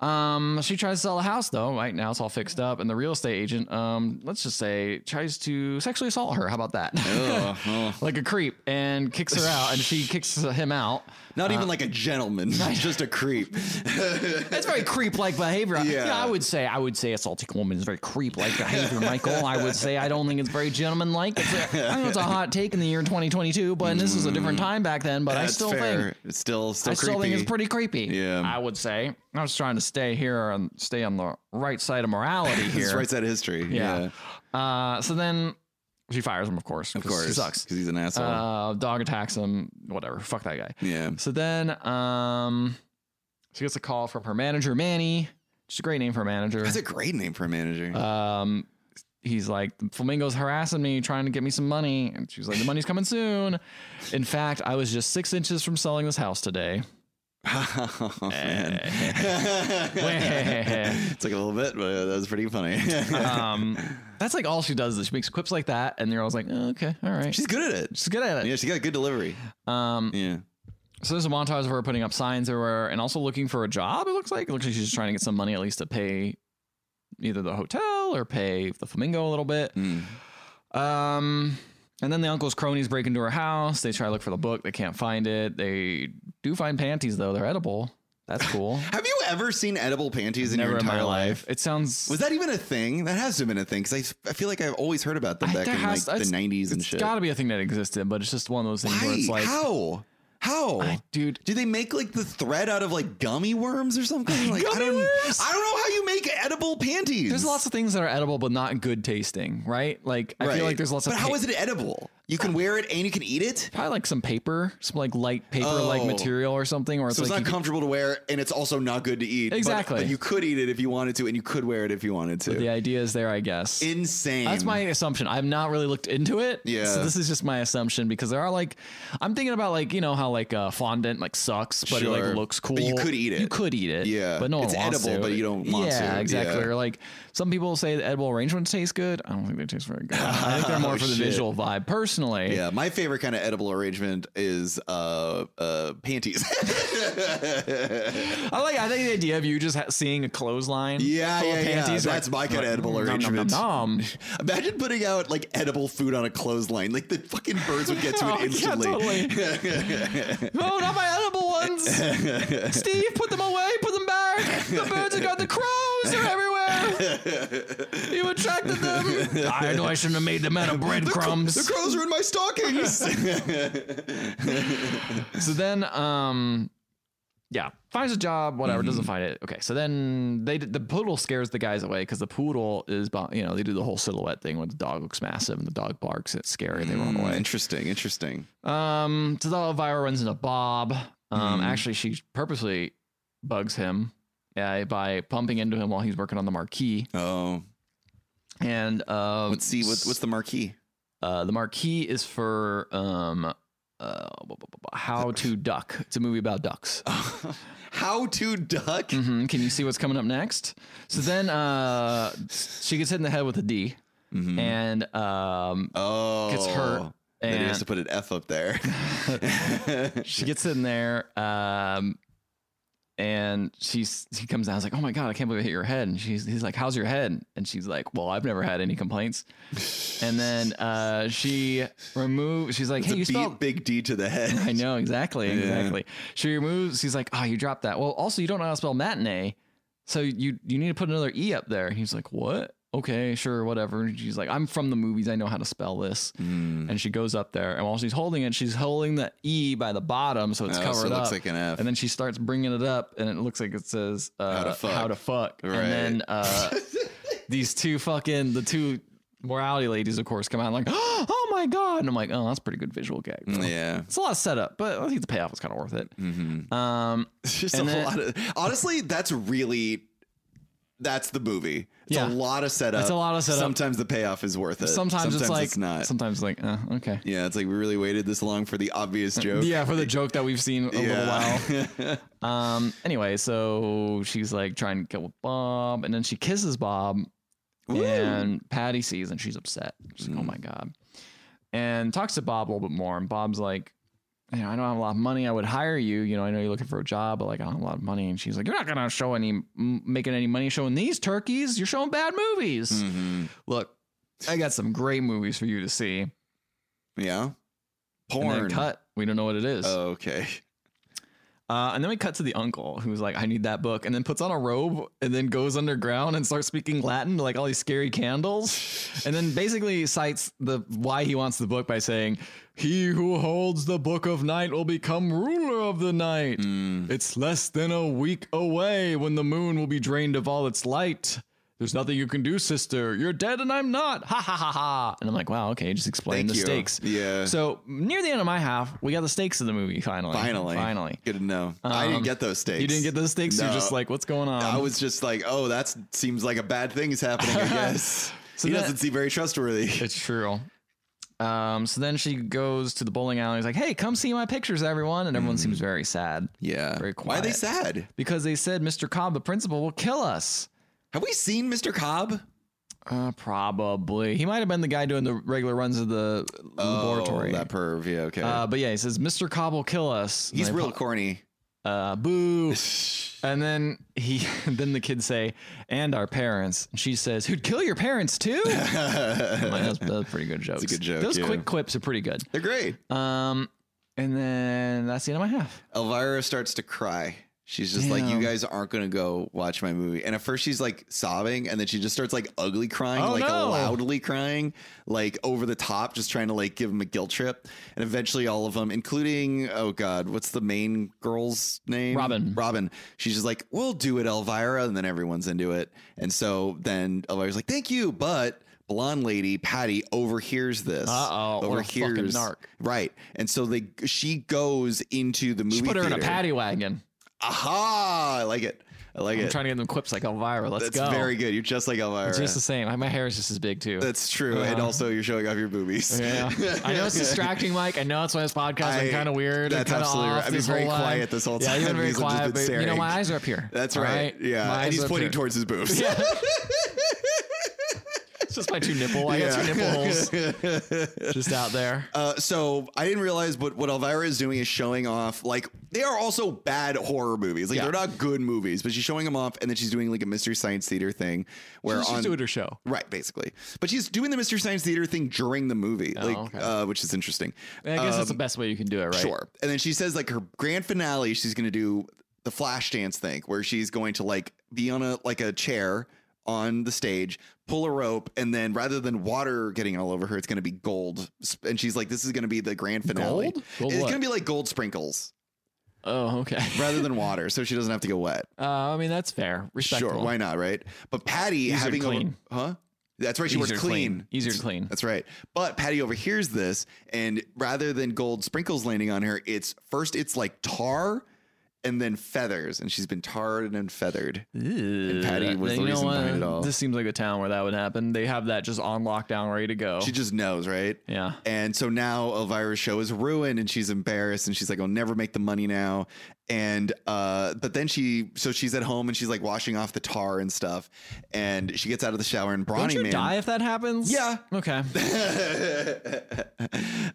Speaker 1: Um, she tries to sell a house though. Right now, it's all fixed up, and the real estate agent, um, let's just say, tries to sexually assault her. How about that?
Speaker 2: Ugh, oh.
Speaker 1: like a creep, and kicks her out, and she kicks him out.
Speaker 2: not even like a gentleman, just a creep.
Speaker 1: That's very creep-like behavior. Yeah.
Speaker 2: Yeah.
Speaker 1: I would say I would say assaulting a woman is very creep-like behavior, Michael. I would say I don't think it's very gentleman-like. It's a, I know it's a hot take in the year 2022, but and this was a different time back then. But I
Speaker 2: Mm. That's
Speaker 1: still
Speaker 2: fair.
Speaker 1: think
Speaker 2: it's still still
Speaker 1: I
Speaker 2: creepy.
Speaker 1: still think it's pretty creepy.
Speaker 2: Yeah.
Speaker 1: I would say I was trying to stay here and stay on the right side of morality here.
Speaker 2: It's right side of history.
Speaker 1: Yeah.
Speaker 2: Yeah,
Speaker 1: Uh, so then she fires him, of course.
Speaker 2: of course,
Speaker 1: She sucks.
Speaker 2: because he's an asshole.
Speaker 1: Uh, dog attacks him. Whatever. Fuck that guy.
Speaker 2: yeah,
Speaker 1: So then, um, she gets a call from her manager, Manny. Which is a great name for a manager.
Speaker 2: that's a great name for a manager.
Speaker 1: Um, he's like, Flamingo's harassing me, trying to get me some money. And she's like, the money's coming soon. In fact, I was just six inches from selling this house today.
Speaker 2: oh, man.
Speaker 1: Weh.
Speaker 2: it's like a little bit, but uh, that was pretty funny.
Speaker 1: Um, that's like all she does. Is she makes quips like that, and they're always like, oh, okay, all right. She's,
Speaker 2: She's good at it.
Speaker 1: good at it.
Speaker 2: Yeah, she got good delivery.
Speaker 1: Um,
Speaker 2: Yeah.
Speaker 1: so there's a montage of her putting up signs everywhere and also looking for a job. It looks like it looks like she's just trying to get some money at least to pay either the hotel or pay the flamingo a little bit.
Speaker 2: Mm.
Speaker 1: Um, and then the uncle's cronies break into her house. They try to look for the book. They can't find it. They do find panties though. They're edible. That's cool.
Speaker 2: Have you ever seen edible panties in your entire life?
Speaker 1: It sounds.
Speaker 2: Was that even a thing? That has to have been a thing because I, I feel like I've always heard about them
Speaker 1: I-
Speaker 2: back
Speaker 1: there
Speaker 2: in
Speaker 1: has-
Speaker 2: like
Speaker 1: it's-
Speaker 2: the 90s and shit.
Speaker 1: It's got to be a thing that existed, but it's just one of those things where
Speaker 2: Why?
Speaker 1: it's like,
Speaker 2: How? How?
Speaker 1: I- dude,
Speaker 2: do they make like the thread out of like gummy worms or something? Like, I
Speaker 1: Gummy
Speaker 2: don't,
Speaker 1: worms?
Speaker 2: I don't know how you make edible panties.
Speaker 1: there's lots of things that are edible but not good tasting, right? Like I feel like there's lots
Speaker 2: but
Speaker 1: of.
Speaker 2: how
Speaker 1: pa-
Speaker 2: is it edible? You can wear it and you can eat it.
Speaker 1: Probably like some paper, some like light paper like
Speaker 2: Oh.
Speaker 1: material or something, or it's
Speaker 2: So it's
Speaker 1: like
Speaker 2: not comfortable to wear, and it's also not good to eat. but-
Speaker 1: Exactly.
Speaker 2: But, you could eat it if you wanted to, and you could wear it if you wanted to.
Speaker 1: you- the idea is there, I guess.
Speaker 2: Insane.
Speaker 1: That's my assumption. I've not really looked into it.
Speaker 2: Yeah.
Speaker 1: So this is just my assumption because there are like, I'm thinking about like you know how like uh, fondant like sucks, but it
Speaker 2: Sure.
Speaker 1: like looks cool.
Speaker 2: But you could eat it.
Speaker 1: You could eat it.
Speaker 2: Yeah.
Speaker 1: But no one
Speaker 2: It's
Speaker 1: wants
Speaker 2: edible,
Speaker 1: to.
Speaker 2: but you don't want
Speaker 1: yeah,
Speaker 2: to.
Speaker 1: Exactly.
Speaker 2: Yeah.
Speaker 1: Or like some people say the edible arrangements taste good. I don't think they taste very good. I think they're more
Speaker 2: Oh,
Speaker 1: for the
Speaker 2: shit.
Speaker 1: visual vibe. Personally.
Speaker 2: Yeah, my favorite kind of edible arrangement is uh, uh, panties.
Speaker 1: I like. I think the idea of you just ha- seeing a clothesline.
Speaker 2: Yeah,
Speaker 1: full of
Speaker 2: yeah, yeah.
Speaker 1: panties,
Speaker 2: That's my kind of edible
Speaker 1: nom, nom,
Speaker 2: arrangement.
Speaker 1: Nom, nom.
Speaker 2: Imagine putting out like edible food on a clothesline. Like the fucking birds would get to
Speaker 1: Oh,
Speaker 2: it
Speaker 1: yeah,
Speaker 2: instantly.
Speaker 1: No, not my edible ones. Steve, put them away. Put them back. The birds have got the crows. They're everywhere. You attracted them. I know I shouldn't have made them out of
Speaker 2: The
Speaker 1: breadcrumbs.
Speaker 2: crows are in my stockings.
Speaker 1: So then, um, yeah, finds a job. Whatever, doesn't
Speaker 2: Mm-hmm.
Speaker 1: find it. Okay, so then they the poodle scares the guys away because the poodle is, bo- you know, they do the whole silhouette thing when the dog looks massive and the dog barks. It's scary. and They
Speaker 2: Mm,
Speaker 1: run away.
Speaker 2: interesting, interesting.
Speaker 1: Um, so then Elvira runs into Bob.
Speaker 2: Mm-hmm.
Speaker 1: Um, actually, she purposely bugs him uh, by pumping into him while he's working on the marquee.
Speaker 2: Oh,
Speaker 1: And uh,
Speaker 2: let's see. What, what's the marquee?
Speaker 1: uh, the marquee is for um, uh, bu- bu- bu- bu- how to duck. It's a movie about ducks.
Speaker 2: How to duck?
Speaker 1: Mhm. Can you see what's coming up next? So then uh, she gets hit in the head with a D, and um,
Speaker 2: Mm-hmm. Oh,
Speaker 1: Gets hurt
Speaker 2: Then he
Speaker 1: and-
Speaker 2: has to put an F up there.
Speaker 1: she gets in there um and she's he comes down. I was like, "Oh my god, I can't believe I hit your head." And she's he's like, "How's your head?" And she's like, "Well, I've never had any complaints." and then uh, she removes. She's like, "Hey, you
Speaker 2: Beat
Speaker 1: spelled."
Speaker 2: big D to the head.
Speaker 1: I know exactly, exactly. She removes. She's like, "Oh, you dropped that." Well, also, you don't know how to spell matinee, so you you need to put another e up there. And he's like, "What?" Okay, sure, whatever. And she's like, "I'm from the movies. I know how to spell this."
Speaker 2: Mm.
Speaker 1: and she goes up there and while she's holding it she's holding the e by the bottom so it's
Speaker 2: Oh, so
Speaker 1: covered
Speaker 2: it looks
Speaker 1: up
Speaker 2: like an F.
Speaker 1: and then she starts bringing it up and it looks like it says uh,
Speaker 2: How to fuck.
Speaker 1: fuck.
Speaker 2: Right.
Speaker 1: and then uh, these two fucking the two morality ladies of course come out and like oh my god and i'm like oh that's a pretty good visual gag bro."
Speaker 2: Mm, yeah.
Speaker 1: it's a lot of setup but i think the payoff was kind of worth it um
Speaker 2: It's just
Speaker 1: And
Speaker 2: a
Speaker 1: then-
Speaker 2: lot of honestly, that's really that's the movie. It's
Speaker 1: Yeah.
Speaker 2: a lot of setup.
Speaker 1: It's a lot of setup.
Speaker 2: Sometimes the payoff is worth it.
Speaker 1: sometimes, it's like
Speaker 2: not.
Speaker 1: sometimes it's like uh, okay
Speaker 2: yeah, it's like we really waited this long for the obvious joke.
Speaker 1: Yeah, for the joke that we've seen a little
Speaker 2: Yeah.
Speaker 1: while. Um. Anyway, so she's like trying to kill Bob, and then she kisses Bob,
Speaker 2: Woo. Mm.
Speaker 1: and Patty sees, and she's upset. She's like, "Oh my god!" And talks to Bob a little bit more, and Bob's like, "You know, I don't have a lot of money. I would hire you. You know, I know you're looking for a job, but like, I don't have a lot of money." And she's like, "You're not gonna show any m- making any money showing these turkeys. You're showing bad movies.
Speaker 2: Mhm.
Speaker 1: Look, I got some great movies for you to see." And
Speaker 2: Yeah.
Speaker 1: then
Speaker 2: Porn.
Speaker 1: cut. We don't know what it is.
Speaker 2: Oh, okay.
Speaker 1: Uh, and then we cut to the uncle who's like, I need that book, and then puts on a robe and then goes underground and starts speaking Latin to like all these scary candles. And then basically cites the why he wants the book by saying, He who holds the book of night will become ruler of the night.
Speaker 2: Mm.
Speaker 1: It's less than a week away when the moon will be drained of all its light. There's nothing you can do, sister. You're dead and I'm not. Ha ha ha ha. And I'm like, wow, okay, just explain
Speaker 2: Thank
Speaker 1: the
Speaker 2: you.
Speaker 1: stakes.
Speaker 2: Yeah.
Speaker 1: So near the end of my half, we got the stakes of the movie finally.
Speaker 2: Finally.
Speaker 1: Finally.
Speaker 2: Good to know. I
Speaker 1: Um,
Speaker 2: didn't get those stakes.
Speaker 1: You didn't get those stakes. You're
Speaker 2: No.
Speaker 1: Um, just like, what's going on?
Speaker 2: I was just like, oh, that seems like a bad thing is happening, I guess.
Speaker 1: So
Speaker 2: he
Speaker 1: that-
Speaker 2: doesn't seem very trustworthy.
Speaker 1: It's true. Um, so then she goes to the bowling alley. And is like, "Hey, come see my pictures, everyone!" And everyone
Speaker 2: Mm-hmm.
Speaker 1: seems very sad
Speaker 2: Yeah.
Speaker 1: Very
Speaker 2: Why are they
Speaker 1: quiet.
Speaker 2: sad?
Speaker 1: because they said Mr. Cobb, the principal, will kill us.
Speaker 2: Have we seen Mr. Cobb?
Speaker 1: Uh, probably. He might have been the guy doing the regular runs of the laboratory.
Speaker 2: Oh, that perv. Yeah, okay.
Speaker 1: uh, but yeah, he says Mr. Cobb will kill us. And
Speaker 2: He's
Speaker 1: they
Speaker 2: real corny.
Speaker 1: uh, boo. and then he, then the kids say, and our parents. And she says, who'd kill your parents too? Mine, that's, that's pretty good jokes.
Speaker 2: good joke,
Speaker 1: Those
Speaker 2: yeah.
Speaker 1: quick clips are pretty good.
Speaker 2: They're great.
Speaker 1: Um, and then that's the end of my half.
Speaker 2: Elvira starts to cry. She's just like, you
Speaker 1: Damn.
Speaker 2: guys aren't going to go watch my movie. And at first she's like sobbing and then she just starts like ugly crying,
Speaker 1: Oh,
Speaker 2: like
Speaker 1: no.
Speaker 2: loudly crying, like over the top, just trying to like give him a guilt trip. And eventually all of them, including, oh God, what's the main girl's name?
Speaker 1: Robin.
Speaker 2: Robin. She's just like, we'll do it, Elvira. And then everyone's into it. And so then Elvira's like, thank you. But blonde lady, Patty, overhears this.
Speaker 1: Uh-oh, what a fucking
Speaker 2: Overhears.
Speaker 1: narc.
Speaker 2: Right. And so they she goes into the movie.
Speaker 1: She put her in a
Speaker 2: theater.
Speaker 1: paddy wagon.
Speaker 2: Aha! I like it. I like
Speaker 1: I'm
Speaker 2: it.
Speaker 1: trying to get them quips like Elvira. Let's
Speaker 2: That's
Speaker 1: go.
Speaker 2: very good. You're just like Elvira.
Speaker 1: It's just the same. My hair is just as big too.
Speaker 2: That's true. and
Speaker 1: Yeah.
Speaker 2: also, you're showing off your boobies.
Speaker 1: yeah, I know it's distracting, Mike. I know it's why this podcast
Speaker 2: I-
Speaker 1: I'm kind of weird.
Speaker 2: that's
Speaker 1: kind
Speaker 2: absolutely right. I've been very quiet this whole
Speaker 1: uh, yeah,
Speaker 2: time
Speaker 1: You've been very
Speaker 2: because I've just
Speaker 1: quiet,
Speaker 2: been
Speaker 1: but you know
Speaker 2: staring.
Speaker 1: my eyes are up here.
Speaker 2: That's
Speaker 1: all
Speaker 2: right.
Speaker 1: My
Speaker 2: Yeah.
Speaker 1: eyes
Speaker 2: And he's
Speaker 1: are up
Speaker 2: pointing
Speaker 1: here.
Speaker 2: towards his boobs.
Speaker 1: Yeah. It's just my two nipple. I got two nipple holes just out there.
Speaker 2: Uh, so I didn't realize, but what Elvira is doing is showing off. Like they are also bad horror movies. Like
Speaker 1: Yeah.
Speaker 2: they're not good movies, but she's showing them off, and then she's doing like a mystery science theater thing where
Speaker 1: She's
Speaker 2: on
Speaker 1: just doing her show.
Speaker 2: right basically, but she's doing the mystery science theater thing during the movie, like
Speaker 1: Oh, okay.
Speaker 2: uh, which is interesting.
Speaker 1: I guess
Speaker 2: Um,
Speaker 1: that's the best way you can do it, right?
Speaker 2: Sure. And then she says like her grand finale, she's going to do the flash dance thing where she's going to like be on a like a chair on the stage, pull a rope, and then rather than water getting all over her, it's going to be gold. Sp- And she's like, this is going to be the grand finale.
Speaker 1: Gold? Gold
Speaker 2: it's
Speaker 1: what?
Speaker 2: going to be like gold sprinkles
Speaker 1: Oh, okay.
Speaker 2: rather than water, so she doesn't have to get wet.
Speaker 1: Uh, I mean, that's fair. Respectful.
Speaker 2: Sure, why not, right? But Patty
Speaker 1: are
Speaker 2: having
Speaker 1: clean.
Speaker 2: a huh. That's right. She
Speaker 1: Easier
Speaker 2: works clean.
Speaker 1: Easier to clean.
Speaker 2: That's right. But Patty overhears this, and rather than gold sprinkles landing on her, it's first it's like tar and then feathers, and she's been tarred and feathered.
Speaker 1: And
Speaker 2: Patty was the reason behind it all.
Speaker 1: This seems like a town where that would happen. They have that just on lockdown, ready to go.
Speaker 2: She just knows, right?
Speaker 1: yeah.
Speaker 2: And so now Elvira's show is ruined and she's embarrassed and she's like, I'll never make the money now. And uh, but then she so she's at home and she's like washing off the tar and stuff. And she gets out of the shower and
Speaker 1: Don't
Speaker 2: Brawny
Speaker 1: you
Speaker 2: Man
Speaker 1: die if that happens?
Speaker 2: Yeah.
Speaker 1: Okay.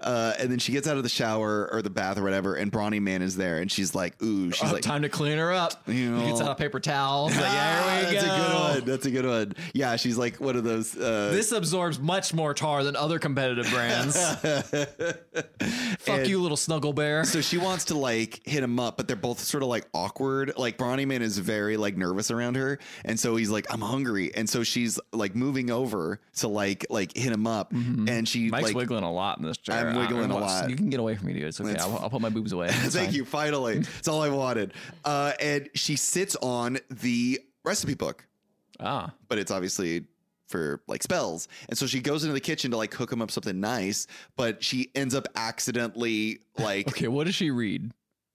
Speaker 2: uh, and then she gets out of the shower or the bath or whatever, and Brawny Man is there, and she's like, "Ooh, she's
Speaker 1: Oh,
Speaker 2: like."
Speaker 1: time to clean her up.
Speaker 2: You know-
Speaker 1: he gets out a paper towel. He's like,
Speaker 2: "Ah,
Speaker 1: yeah, here we
Speaker 2: that's
Speaker 1: go.
Speaker 2: a good one. That's a good one. Yeah, she's like one of those. Uh,
Speaker 1: This absorbs much more tar than other competitive brands. Fuck
Speaker 2: And-
Speaker 1: you, little snuggle bear.
Speaker 2: so she wants to like hit him up, but they're both sort of like awkward. Like Brawny Man is very like nervous around her, and so he's like, "I'm hungry," and so she's like moving over to like like hit him up, and she
Speaker 1: Mm-hmm. Mike's
Speaker 2: like
Speaker 1: wiggling a lot in this chair.
Speaker 2: I'm
Speaker 1: I don't
Speaker 2: wiggling
Speaker 1: know
Speaker 2: a
Speaker 1: what-
Speaker 2: lot.
Speaker 1: You can get away from me, dude. It's okay.
Speaker 2: That's-
Speaker 1: I'll, I'll put my boobs away. It's
Speaker 2: Thank
Speaker 1: fine.
Speaker 2: you. Finally, it's all I wanted. Uh, and she sits on the recipe book,
Speaker 1: Ah,
Speaker 2: but it's obviously for like spells. And so she goes into the kitchen to like cook him up something nice, but she ends up accidentally like.
Speaker 1: okay. What does she read?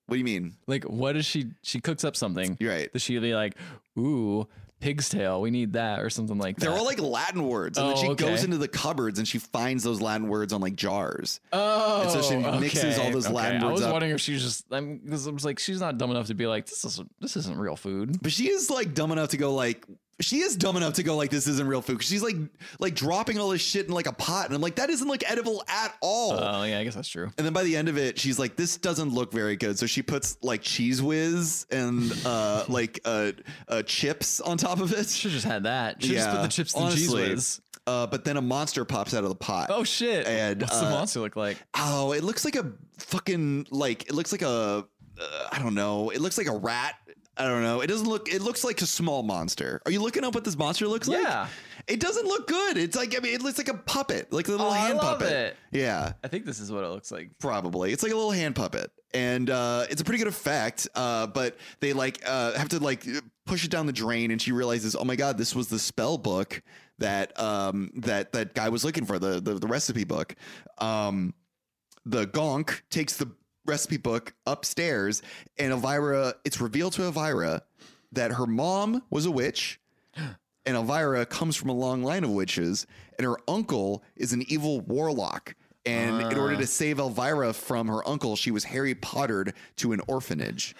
Speaker 2: What do you mean?
Speaker 1: Like, what does she? She cooks up something.
Speaker 2: You're right.
Speaker 1: Does she be like, ooh, pig's tail, we need that, or something like that?
Speaker 2: They're all like Latin words, and then
Speaker 1: Oh,
Speaker 2: she
Speaker 1: okay.
Speaker 2: goes into the cupboards and she finds those Latin words on like jars.
Speaker 1: oh,
Speaker 2: and so she mixes all those Latin
Speaker 1: I
Speaker 2: words
Speaker 1: was
Speaker 2: up.
Speaker 1: wondering if she's just, I'm, cause I was like, she's not dumb enough to be like, this isn't, this isn't real food.
Speaker 2: But she is like dumb enough to go like she is dumb enough to go like this isn't real food. 'Cause She's like like dropping all this shit in like a pot, and I'm like that isn't like edible at all.
Speaker 1: Oh yeah, I guess that's true.
Speaker 2: And then by the end of it, she's like, "This doesn't look very good." So she puts like cheese whiz and uh, like uh, uh, chips on top of it.
Speaker 1: Should just had that. Should just put the chips and cheese
Speaker 2: honestly.
Speaker 1: whiz.
Speaker 2: Uh, but then a monster pops out of the pot.
Speaker 1: Oh shit!
Speaker 2: And,
Speaker 1: What's
Speaker 2: uh,
Speaker 1: the monster look like?
Speaker 2: Oh, it looks like a fucking like it looks like a uh, I don't know. It looks like a rat. I don't know. It doesn't look. It looks like a small monster. Are you looking up what this monster looks like?
Speaker 1: Yeah.
Speaker 2: It doesn't look good. It's like I mean, it looks like a puppet, like a little
Speaker 1: Oh, I
Speaker 2: hand
Speaker 1: love
Speaker 2: puppet.
Speaker 1: it.
Speaker 2: Yeah.
Speaker 1: I think this is what it looks like.
Speaker 2: probably it's like a little hand puppet and uh, it's a pretty good effect uh, but they like uh, have to like push it down the drain and she realizes oh my god this was the spell book that um, that that guy was looking for the the, the recipe book um, the gonk takes the recipe book upstairs and elvira it's revealed to elvira that her mom was a witch and Elvira comes from a long line of witches, and her uncle is an evil warlock. And in
Speaker 1: Ah.
Speaker 2: order to save Elvira from her uncle, she was Harry Pottered to an orphanage.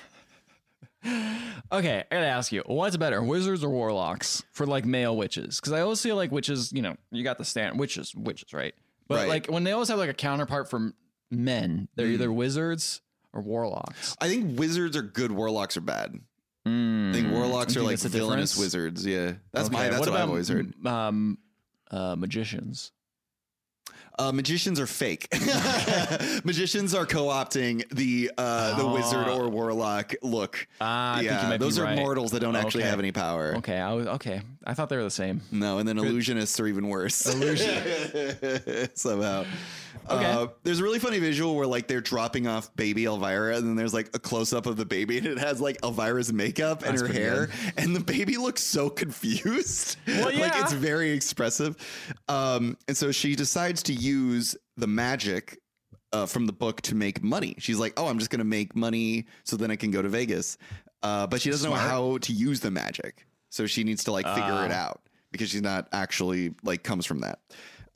Speaker 1: Okay, I gotta ask you, what's better, wizards or warlocks for like male witches? Because I always feel like witches, you know, you got the stand witches, witches, right? But
Speaker 2: Right.
Speaker 1: like when they always have like a counterpart for men, they're
Speaker 2: Mm.
Speaker 1: either wizards or warlocks.
Speaker 2: I think wizards are good, warlocks are bad. I think
Speaker 1: Mm,
Speaker 2: warlocks
Speaker 1: you
Speaker 2: are
Speaker 1: think
Speaker 2: like
Speaker 1: it's a
Speaker 2: villainous
Speaker 1: difference?
Speaker 2: wizards. Yeah, that's my.
Speaker 1: Okay,
Speaker 2: That's what, I've always heard.
Speaker 1: m- Um, uh, magicians.
Speaker 2: Uh, magicians are fake. magicians are co-opting the uh, the wizard
Speaker 1: Ah.
Speaker 2: or warlock look.
Speaker 1: Ah, I think you
Speaker 2: yeah,
Speaker 1: might
Speaker 2: those
Speaker 1: be
Speaker 2: are
Speaker 1: right.
Speaker 2: mortals that don't actually
Speaker 1: Okay.
Speaker 2: have any power.
Speaker 1: Okay, I was okay. I thought they were the same.
Speaker 2: No, and then illusionists are even worse. Somehow.
Speaker 1: Okay.
Speaker 2: Uh, there's a really funny visual where like they're dropping off baby Elvira, and then there's like a close up of the baby, and it has like Elvira's makeup and
Speaker 1: That's
Speaker 2: her
Speaker 1: pretty
Speaker 2: hair,
Speaker 1: good.
Speaker 2: and the baby looks so confused.
Speaker 1: Well,
Speaker 2: like
Speaker 1: yeah.
Speaker 2: it's very expressive. Um, and so she decides to use the magic uh, from the book to make money. She's like, "Oh, I'm just gonna make money so then I can go to Vegas," uh, but she doesn't know
Speaker 1: Smart.
Speaker 2: how to use the magic, so she needs to like figure it
Speaker 1: Ah.
Speaker 2: out because she's not actually like comes from that.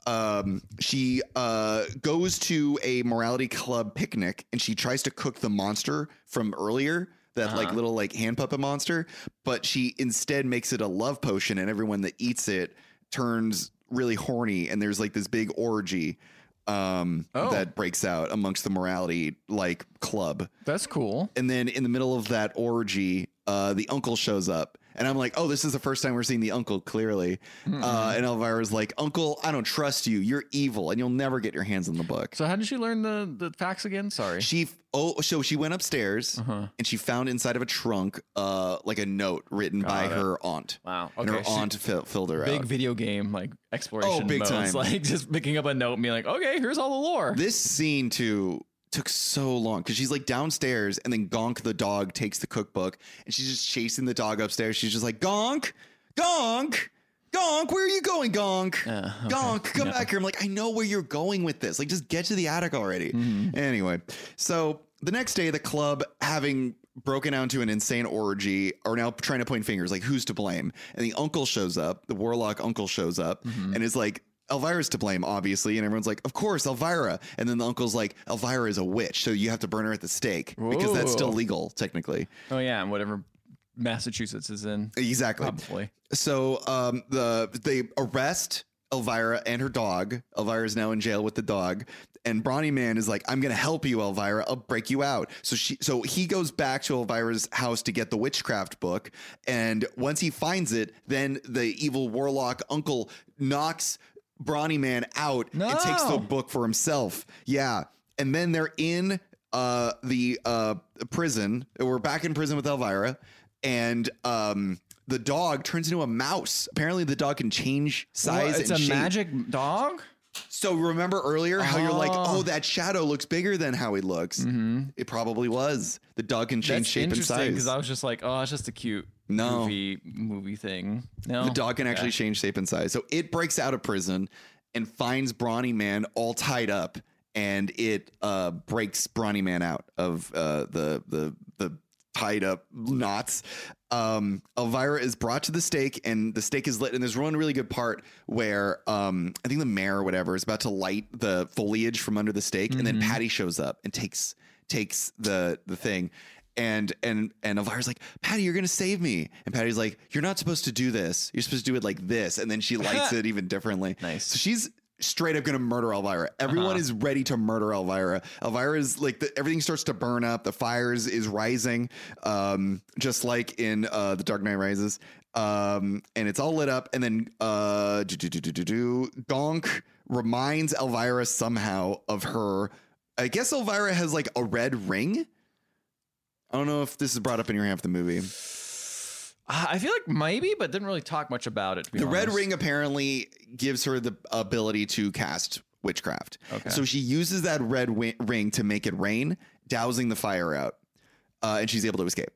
Speaker 2: Um, she uh, goes to a morality club picnic and she tries to cook the monster from earlier. That like
Speaker 1: Uh-huh.
Speaker 2: little like hand puppet monster, but she instead makes it a love potion, and everyone that eats it turns really horny, and there's like this big orgy um,
Speaker 1: Oh.
Speaker 2: that breaks out amongst the morality like club.
Speaker 1: That's cool.
Speaker 2: And then in the middle of that orgy, uh, the uncle shows up. And I'm like, oh, this is the first time we're seeing the uncle clearly.
Speaker 1: Mm-hmm.
Speaker 2: Uh, and Elvira's like, Uncle, I don't trust you. You're evil and you'll never get your hands on the book.
Speaker 1: So how did she learn the the facts again? Sorry.
Speaker 2: She, oh, so she went upstairs
Speaker 1: Uh-huh.
Speaker 2: and she found inside of a trunk, uh, like a note written by
Speaker 1: Got it.
Speaker 2: her aunt.
Speaker 1: Wow.
Speaker 2: And
Speaker 1: Okay.
Speaker 2: her
Speaker 1: she-
Speaker 2: aunt fi- filled her
Speaker 1: big
Speaker 2: out. Oh,
Speaker 1: video game like exploration.
Speaker 2: big
Speaker 1: mode.
Speaker 2: time.
Speaker 1: It's like just picking up a note and being like, okay, here's all the lore.
Speaker 2: This scene too took so long because she's like downstairs and then Gonk the dog takes the cookbook and she's just chasing the dog upstairs. She's just like Gonk, Gonk, Gonk, where are you going, Gonk?
Speaker 1: Uh, okay.
Speaker 2: Gonk, come
Speaker 1: No.
Speaker 2: back here. I'm like, I know where you're going with this. Like, just get to the attic already.
Speaker 1: Mm-hmm.
Speaker 2: Anyway, so the next day, the club, having broken out into an insane orgy, are now trying to point fingers like, who's to blame? And the uncle shows up, the warlock uncle shows up,
Speaker 1: Mm-hmm.
Speaker 2: and is like, Elvira's to blame, obviously. And everyone's like, of course, Elvira. And then the uncle's like, Elvira is a witch, so you have to burn her at the stake because that's still
Speaker 1: Whoa.
Speaker 2: legal, technically.
Speaker 1: Oh yeah, and whatever Massachusetts is in.
Speaker 2: Exactly.
Speaker 1: Probably.
Speaker 2: So um, the they arrest Elvira and her dog. Elvira's now in jail with the dog. And Brawny Man is like, I'm gonna help you, Elvira. I'll break you out. So she so he goes back to Elvira's house to get the witchcraft book. And once he finds it, then the evil warlock uncle knocks Brawny Man out and takes the
Speaker 1: No.
Speaker 2: book for himself. Yeah. And then they're in uh the uh prison. We're back in prison with Elvira and um the dog turns into a mouse. Apparently the dog can change size
Speaker 1: Well, it's
Speaker 2: and
Speaker 1: a
Speaker 2: shape.
Speaker 1: magic dog.
Speaker 2: so remember earlier how you're like,
Speaker 1: Oh.
Speaker 2: "Oh, that shadow looks bigger than how he looks." It probably was. The dog can change
Speaker 1: Mm. That's
Speaker 2: shape and
Speaker 1: Mm-hmm. interesting
Speaker 2: size.
Speaker 1: because I was just like, oh, it's just a cute
Speaker 2: No.
Speaker 1: movie movie thing. No,
Speaker 2: The dog can actually change shape and size. So it breaks out of prison and finds Brawny Man all tied up, and it uh, breaks Brawny Man out of uh, the the the tied up knots. Um, Elvira is brought to the stake, and the stake is lit. And there's one really good part where um, I think the mayor or whatever is about to light the foliage from under the stake, and then Patty shows up and takes takes the the thing and and and Elvira's like, Patty, you're gonna save me. And Patty's like, You're not supposed to do this. You're supposed to do it like this. And then she lights it even differently.
Speaker 1: Nice.
Speaker 2: So she's straight up gonna murder Elvira. Everyone
Speaker 1: Uh-huh.
Speaker 2: is ready to murder Elvira. Elvira's like the, everything starts to burn up. The fires is rising, um, just like in uh, the Dark Knight Rises. Um, and it's all lit up. And then uh, do, do, do, do, do, do, Gonk reminds Elvira somehow of her. I guess Elvira has like a red ring. I don't know if this is brought up in your half the movie.
Speaker 1: Ah, I feel like maybe, but didn't really talk much about it. to be
Speaker 2: The red
Speaker 1: honest.
Speaker 2: ring apparently gives her the ability to cast witchcraft.
Speaker 1: Okay.
Speaker 2: So she uses that red wi- ring to make it rain, dousing the fire out, uh, and she's able to escape.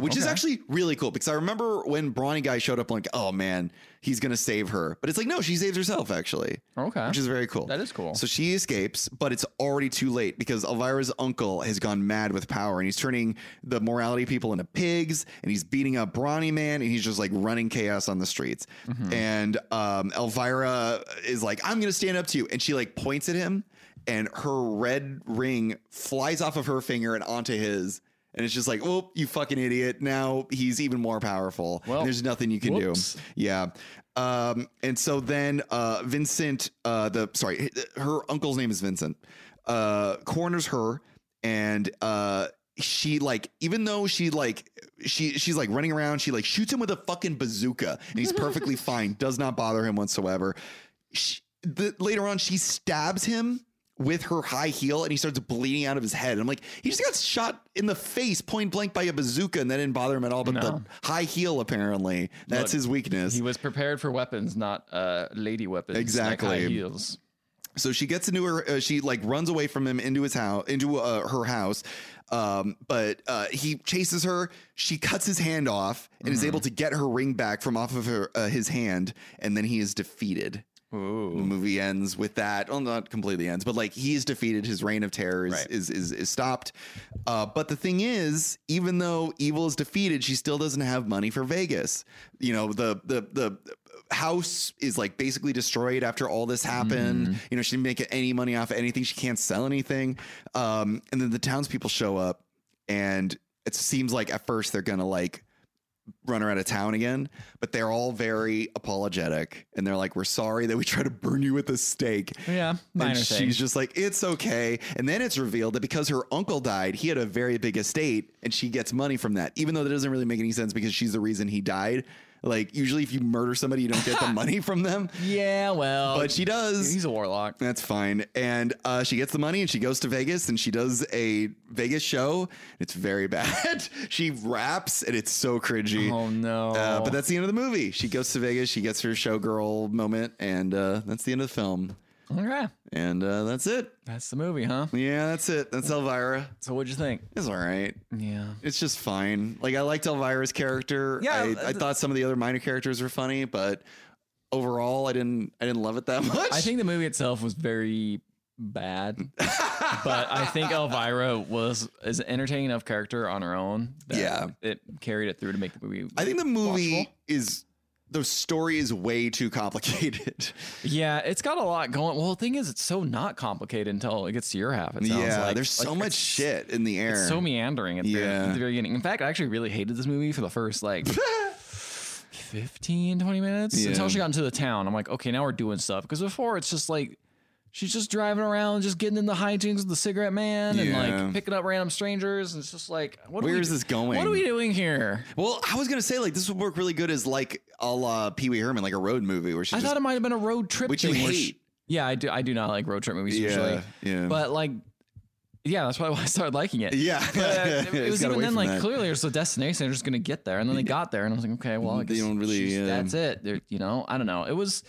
Speaker 2: which is
Speaker 1: Okay.
Speaker 2: actually really cool because I remember when Brawny guy showed up, I'm like, oh man, he's gonna save her, but it's like no, she saves herself actually,
Speaker 1: Okay.
Speaker 2: which is very cool.
Speaker 1: That is cool.
Speaker 2: So she escapes, but it's already too late because Elvira's uncle has gone mad with power and he's turning the morality people into pigs and he's beating up Brawny Man and he's just like running chaos on the streets.
Speaker 1: Mm-hmm.
Speaker 2: And um, Elvira is like, I'm going to stand up to you. And she like points at him and her red ring flies off of her finger and onto his. And it's just like, oh, you fucking idiot. Now he's even more powerful.
Speaker 1: Well,
Speaker 2: and there's nothing you can do.
Speaker 1: whoops.
Speaker 2: Yeah. Um, and so then uh, Vincent, uh, the sorry, her uncle's name is Vincent, uh, corners her and uh, she like even though she like she she's like running around, she like shoots him with a fucking bazooka and he's perfectly fine. Does not bother him whatsoever. She, the, later on, she stabs him with her high heel and he starts bleeding out of his head. I'm like, he just got shot in the face point blank by a bazooka and that didn't bother him at all. But
Speaker 1: No.
Speaker 2: the high heel apparently that's
Speaker 1: Look,
Speaker 2: his weakness.
Speaker 1: He was prepared for weapons, not uh, lady weapons. like
Speaker 2: Exactly.
Speaker 1: high heels.
Speaker 2: so she gets into her uh, she like runs away from him into his house into uh, her house um, but uh, he chases her she cuts his hand off and is able to get her ring back from off of her uh, his hand and then he is defeated the
Speaker 1: Ooh.
Speaker 2: movie ends with that well not completely ends but like he is defeated his reign of terror is
Speaker 1: Right.
Speaker 2: is, is, is stopped uh, but the thing is even though evil is defeated she still doesn't have money for vegas you know the the the house is like basically destroyed after all this happened you know she didn't make any money off anything she can't sell anything um, and then the townspeople show up and it seems like at first they're gonna like run her out of town again, but they're all very apologetic and they're like, We're sorry that we tried to burn you with a stake.
Speaker 1: Yeah, minor
Speaker 2: and
Speaker 1: thing.
Speaker 2: she's just like, It's okay. And then it's revealed that because her uncle died, he had a very big estate and she gets money from that, even though that doesn't really make any sense because she's the reason he died. Like, usually if you murder somebody, you don't get the money from them,
Speaker 1: Yeah, well,
Speaker 2: but she does.
Speaker 1: he's a warlock.
Speaker 2: That's fine. And uh, she gets the money and she goes to Vegas and she does a Vegas show. It's very bad. she raps and it's so cringy.
Speaker 1: Oh no.
Speaker 2: Uh, but that's the end of the movie. She goes to Vegas. She gets her showgirl moment, and uh, that's the end of the film.
Speaker 1: okay.
Speaker 2: And uh, that's it.
Speaker 1: That's the movie, huh?
Speaker 2: Yeah, that's it. That's Elvira.
Speaker 1: So what'd you think?
Speaker 2: It's all right.
Speaker 1: Yeah.
Speaker 2: It's just fine. Like I liked Elvira's character.
Speaker 1: Yeah,
Speaker 2: I, I
Speaker 1: th-
Speaker 2: thought some of the other minor characters were funny, but overall, I didn't. I didn't love it that much.
Speaker 1: I think the movie itself was very bad, but I think Elvira was is an entertaining enough character on her own. that
Speaker 2: Yeah.
Speaker 1: it carried it through to make the movie.
Speaker 2: I think the movie
Speaker 1: Watchable.
Speaker 2: is the story is way too complicated.
Speaker 1: Yeah, it's got a lot going. Well, the thing is, it's so not complicated until it gets to your half. It sounds
Speaker 2: yeah,
Speaker 1: like.
Speaker 2: there's so
Speaker 1: Like,
Speaker 2: much
Speaker 1: it's-
Speaker 2: shit in the air.
Speaker 1: It's so meandering at the, very-
Speaker 2: Yeah.
Speaker 1: at the very beginning. In fact, I actually really hated this movie for the first like 15, 20 minutes
Speaker 2: Yeah.
Speaker 1: until she got into the town. I'm like, okay, now we're doing stuff. Because before, it's just like she's just driving around, just getting in the hijinks with the cigarette man and
Speaker 2: Yeah.
Speaker 1: like picking up random strangers. And it's just like, what are
Speaker 2: Where
Speaker 1: we
Speaker 2: is
Speaker 1: do-
Speaker 2: this going?
Speaker 1: What are we doing here?
Speaker 2: Well, I was gonna say like this would work really good as like a la Pee Wee Herman, like a road movie where she
Speaker 1: I
Speaker 2: just
Speaker 1: thought it might have been a road trip.
Speaker 2: Which you
Speaker 1: thing where
Speaker 2: hate.
Speaker 1: she- yeah, I do. I do not like road trip movies
Speaker 2: yeah,
Speaker 1: usually,
Speaker 2: yeah,
Speaker 1: but like, yeah, that's why I started liking it.
Speaker 2: yeah.
Speaker 1: But uh, it
Speaker 2: It's
Speaker 1: was
Speaker 2: got
Speaker 1: even
Speaker 2: away
Speaker 1: then
Speaker 2: from
Speaker 1: like
Speaker 2: that.
Speaker 1: clearly there's a destination. They're just gonna get there, and then they got there, and I was like, okay, well, I
Speaker 2: They
Speaker 1: guess
Speaker 2: don't really,
Speaker 1: she's-
Speaker 2: uh,
Speaker 1: that's it. They're- you know, I don't know. It was.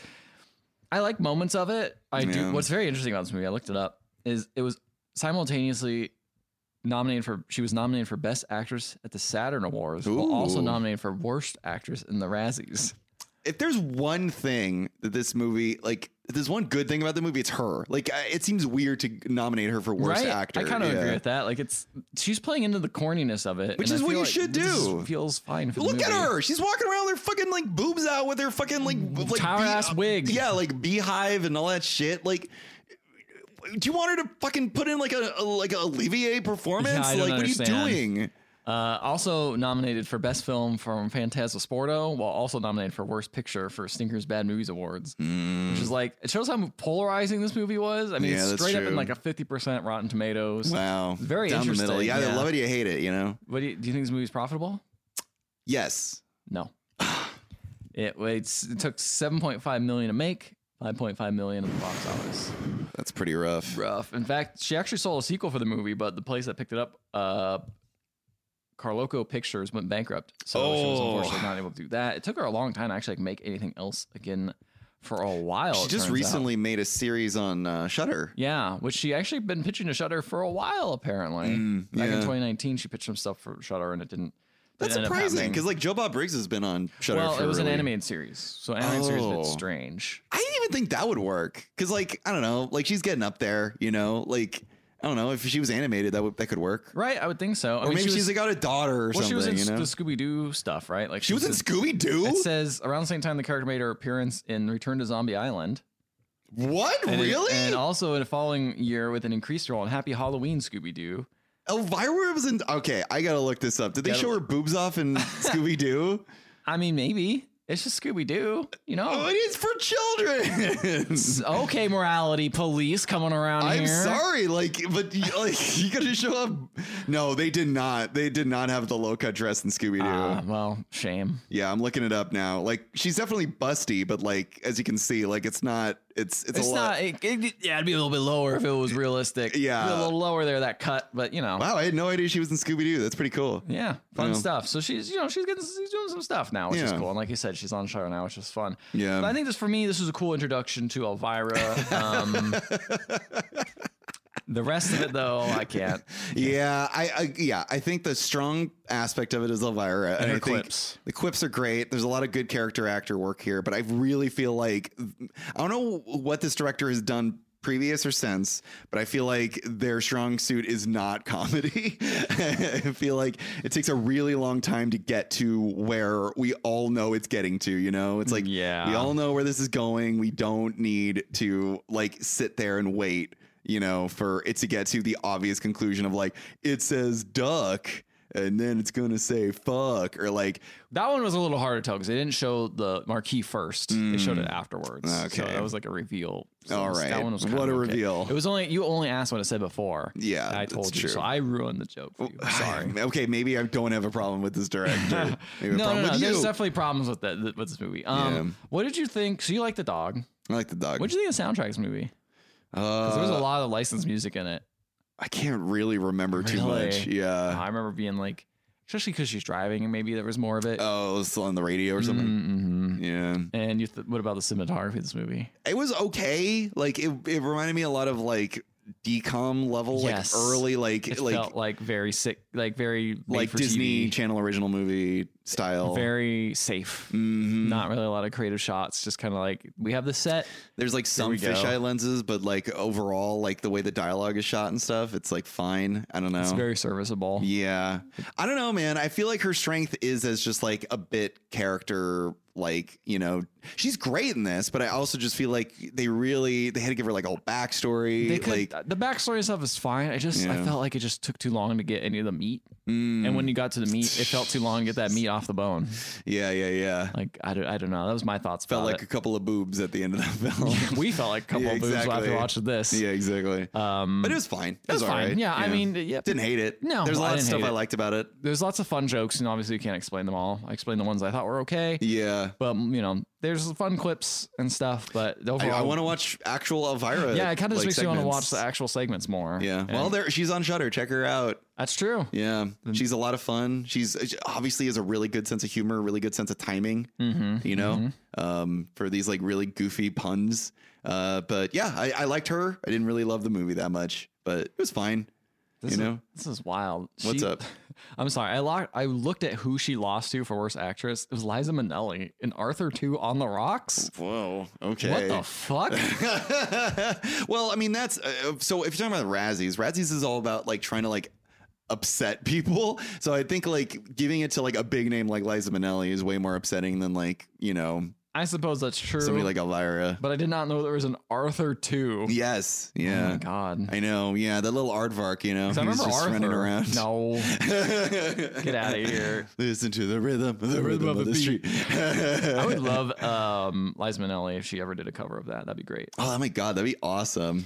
Speaker 1: I like moments of it. I
Speaker 2: Yeah.
Speaker 1: do. What's very interesting about this movie, I looked it up, is it was simultaneously nominated for. She was nominated for Best Actress at the Saturn Awards, while also
Speaker 2: Ooh.
Speaker 1: nominated for Worst Actress in the Razzies.
Speaker 2: If there's one thing that this movie like, if there's one good thing about the movie, it's her. Like, I- it seems weird to nominate her for worst
Speaker 1: right?
Speaker 2: actor.
Speaker 1: I kind of
Speaker 2: yeah.
Speaker 1: agree with that. Like it's she's playing into the corniness of it,
Speaker 2: Which
Speaker 1: and I
Speaker 2: is what
Speaker 1: feel
Speaker 2: you
Speaker 1: like
Speaker 2: should
Speaker 1: this
Speaker 2: do.
Speaker 1: Feels fine for the
Speaker 2: Look at
Speaker 1: movie. Mm,
Speaker 2: her. She's walking around with her fucking like boobs out with her fucking like like
Speaker 1: Tired ass wig.
Speaker 2: Yeah, like beehive and all that shit. Like do you want her to fucking put in like a, a- like a Olivier performance?
Speaker 1: Yeah, I don't
Speaker 2: like what
Speaker 1: understand.
Speaker 2: are you doing?
Speaker 1: Uh, also nominated for Best Film from Fantasporto, while also nominated for Worst Picture for Stinker's Bad Movies Awards, which is like it shows how polarizing this movie was. I mean,
Speaker 2: Mm. Yeah,
Speaker 1: it's
Speaker 2: that's
Speaker 1: straight up
Speaker 2: true.
Speaker 1: in like a fifty percent Rotten Tomatoes.
Speaker 2: Wow.
Speaker 1: Very
Speaker 2: down the middle.
Speaker 1: interesting,
Speaker 2: You either
Speaker 1: yeah.
Speaker 2: love it or you hate it, you know?
Speaker 1: What do you, do you think this movie's profitable?
Speaker 2: Yes.
Speaker 1: No. it it's, it took seven point five million to make, five point five million at the box office.
Speaker 2: That's pretty rough.
Speaker 1: Rough. In fact, she actually sold a sequel for the movie, but the place that picked it up, uh, Carloco Pictures, went bankrupt. So she was
Speaker 2: Oh.
Speaker 1: unfortunately not able to do that. It took her a long time to actually like, make anything else again for a while.
Speaker 2: She
Speaker 1: it
Speaker 2: just
Speaker 1: turns out.
Speaker 2: recently made a series on uh, Shutter.
Speaker 1: Yeah, which she actually been pitching to Shutter for a while, apparently.
Speaker 2: Mm,
Speaker 1: Back in
Speaker 2: yeah.
Speaker 1: 2019, she pitched some stuff for Shutter and it didn't
Speaker 2: That's
Speaker 1: ended up
Speaker 2: surprising
Speaker 1: happening.
Speaker 2: because like Joe Bob Briggs has been on Shutter.
Speaker 1: well,
Speaker 2: for
Speaker 1: it was an
Speaker 2: really-
Speaker 1: animated series, so animated series is a bit
Speaker 2: Oh.
Speaker 1: strange.
Speaker 2: I didn't even think that would work because like I don't know, like she's getting up there, you know, like I don't know if she was animated that would that could work.
Speaker 1: Right, I would think so. I
Speaker 2: Or
Speaker 1: mean,
Speaker 2: maybe
Speaker 1: she was,
Speaker 2: she's like got a daughter or
Speaker 1: well,
Speaker 2: something.
Speaker 1: she was in
Speaker 2: you know,
Speaker 1: the Scooby Doo stuff, right? Like
Speaker 2: she was in
Speaker 1: the-
Speaker 2: Scooby
Speaker 1: It
Speaker 2: Doo.
Speaker 1: says around the same time the character made her appearance in Return to Zombie Island.
Speaker 2: What
Speaker 1: And it-
Speaker 2: really?
Speaker 1: and also in the following year with an increased role in Happy Halloween Scooby Doo.
Speaker 2: Elvira was in. Okay, I gotta look this up. Did they
Speaker 1: Gotta
Speaker 2: show her boobs off in Scooby Doo?
Speaker 1: I mean, maybe it's just Scooby Doo, you
Speaker 2: Oh,
Speaker 1: know?
Speaker 2: it is for children.
Speaker 1: okay, morality police coming around
Speaker 2: I'm
Speaker 1: here.
Speaker 2: sorry, like, but you- like you gotta show up. No, they did not. They did not have the low cut dress in Scooby Doo.
Speaker 1: Ah, well, shame.
Speaker 2: yeah, I'm looking it up now. Like, she's definitely busty, but like as you can see, like it's not. It's it's,
Speaker 1: It's
Speaker 2: a
Speaker 1: not.
Speaker 2: lot.
Speaker 1: It, it- yeah, it'd be a little bit lower if it was realistic.
Speaker 2: Yeah.
Speaker 1: It'd be a little lower there that cut, but you know,
Speaker 2: Wow, I had no idea she was in Scooby Doo. That's pretty cool.
Speaker 1: yeah, fun
Speaker 2: Yeah.
Speaker 1: stuff. So she's, you know, she's getting, she's doing some stuff now, which is
Speaker 2: Yeah.
Speaker 1: cool. And like you said, she's on show now, which is fun.
Speaker 2: Yeah.
Speaker 1: But I think this for me, this was a cool introduction to Elvira. Um, the rest of it, though, I can't.
Speaker 2: Yeah, I, I yeah, I think the strong aspect of it is Elvira,
Speaker 1: her
Speaker 2: and, I think
Speaker 1: quips.
Speaker 2: the quips are great. There's a lot of good character actor work here, but I really feel like I don't know what this director has done previous or since, but I feel like their strong suit is not comedy. I feel like it takes a really long time to get to where we all know it's getting to. You know, it's like
Speaker 1: Yeah.
Speaker 2: we all know where this is going. We don't need to like sit there and wait, you know, for it to get to the obvious conclusion of like, it says duck and then it's going to say fuck or like,
Speaker 1: That one was a little hard to tell because they didn't show the marquee first. They showed it afterwards. So
Speaker 2: Mm. Okay.
Speaker 1: that was like a reveal. So
Speaker 2: All
Speaker 1: it was- That
Speaker 2: right.
Speaker 1: one was
Speaker 2: What
Speaker 1: kinda
Speaker 2: a
Speaker 1: okay.
Speaker 2: reveal.
Speaker 1: It was only you only asked what it said before.
Speaker 2: Yeah,
Speaker 1: I
Speaker 2: that's
Speaker 1: told you. So
Speaker 2: true.
Speaker 1: I ruined the joke for you. I'm sorry.
Speaker 2: okay, maybe I don't have a problem with this director. Maybe
Speaker 1: No,
Speaker 2: a
Speaker 1: no,
Speaker 2: problem
Speaker 1: no.
Speaker 2: with
Speaker 1: There's
Speaker 2: you.
Speaker 1: definitely problems with that with this movie. Um,
Speaker 2: Yeah.
Speaker 1: what did you think? So you like the dog?
Speaker 2: I like the dog.
Speaker 1: What did you think of the soundtrack of this movie? 'Cause there was a
Speaker 2: Uh,
Speaker 1: lot of licensed music in it.
Speaker 2: I can't really remember too
Speaker 1: Really?
Speaker 2: much. Yeah.
Speaker 1: I remember being like, especially because she's driving, and maybe there was more of it.
Speaker 2: Oh, it was on the radio or something.
Speaker 1: Mm-hmm.
Speaker 2: Yeah.
Speaker 1: And you th- what about the cinematography of this movie?
Speaker 2: it was okay. Like it, it reminded me a lot of like decom level,
Speaker 1: Yes.
Speaker 2: like early, like
Speaker 1: It
Speaker 2: like
Speaker 1: felt like very sick, like very made
Speaker 2: like
Speaker 1: for
Speaker 2: Disney
Speaker 1: TV,
Speaker 2: Channel original movie style.
Speaker 1: very safe.
Speaker 2: Mhm.
Speaker 1: Not really a lot of creative shots. Just kind of like we have the set.
Speaker 2: There's like some
Speaker 1: we go.
Speaker 2: fisheye lenses, but like overall, like the way the dialogue is shot and stuff, it's like fine. I don't know.
Speaker 1: It's very serviceable.
Speaker 2: Oh. Yeah. I don't know, man. I feel like her strength is as just like a bit character like, you know, she's great in this, but I also just feel like they really they had to give her like a whole backstory.
Speaker 1: They could,
Speaker 2: like
Speaker 1: the backstory stuff is fine. I just I
Speaker 2: Yeah.
Speaker 1: felt like it just took too long to get any of the meat,
Speaker 2: mm,
Speaker 1: and when you got to the meat, it felt too long to get that meat off the bone.
Speaker 2: Yeah, yeah, yeah.
Speaker 1: Like I don't, I don't know. That was my thoughts.
Speaker 2: Felt
Speaker 1: about
Speaker 2: like a couple of boobs at the end of that film.
Speaker 1: it. we felt like a couple
Speaker 2: Yeah,
Speaker 1: of boobs after
Speaker 2: exactly.
Speaker 1: watching this.
Speaker 2: yeah, exactly.
Speaker 1: Um,
Speaker 2: but it was fine. It
Speaker 1: was fine.
Speaker 2: alright.
Speaker 1: Yeah, I mean, yeah.
Speaker 2: didn't hate it.
Speaker 1: No,
Speaker 2: there's a
Speaker 1: I
Speaker 2: lot of
Speaker 1: didn't
Speaker 2: stuff
Speaker 1: hate
Speaker 2: I
Speaker 1: it.
Speaker 2: liked about it.
Speaker 1: there's lots of fun jokes, and obviously you can't explain them all. I explained the ones I thought were okay,
Speaker 2: Yeah,
Speaker 1: but you know, there's fun clips and stuff. But
Speaker 2: I,
Speaker 1: overall,
Speaker 2: I want to watch actual Elvira.
Speaker 1: Yeah, it kind of just
Speaker 2: like,
Speaker 1: makes you want
Speaker 2: segments.
Speaker 1: to watch the actual segments more.
Speaker 2: Yeah,
Speaker 1: And
Speaker 2: well, there she's on Shutter. Check her out.
Speaker 1: that's true.
Speaker 2: Yeah, she's a lot of fun. She's she obviously has a really good sense of humor, really good sense of timing.
Speaker 1: Mm-hmm.
Speaker 2: You know, um, for these like really goofy puns. Uh, but yeah, I, I liked her. I didn't really love the movie that much, but it was fine.
Speaker 1: This
Speaker 2: you
Speaker 1: is,
Speaker 2: know?
Speaker 1: this is wild.
Speaker 2: What's up?
Speaker 1: I'm sorry. I lo- I looked at who she lost to for worst actress. It was Liza Minnelli in Arthur Two on the Rocks.
Speaker 2: Whoa. Okay.
Speaker 1: What the fuck?
Speaker 2: well, I mean, that's uh, so if you're talking about Razzies, Razzies is all about like trying to like upset people. So I think like giving it to like a big name like Liza Minnelli is way more upsetting than like, you know,
Speaker 1: I suppose that's true.
Speaker 2: somebody like Elvira.
Speaker 1: but I did not know there was an Arthur Two.
Speaker 2: Yes.
Speaker 1: Oh my
Speaker 2: Yeah.
Speaker 1: god.
Speaker 2: I know. Yeah. That little aardvark, you know,
Speaker 1: I
Speaker 2: he's
Speaker 1: remember
Speaker 2: just
Speaker 1: Arthur.
Speaker 2: running around.
Speaker 1: No,
Speaker 2: Get
Speaker 1: get out of here.
Speaker 2: Listen to the rhythm, the, rhythm, of the,
Speaker 1: beat.
Speaker 2: street.
Speaker 1: I would love um, Liza Minnelli if she ever did a cover of that. That'd be great.
Speaker 2: oh my God. That'd be awesome.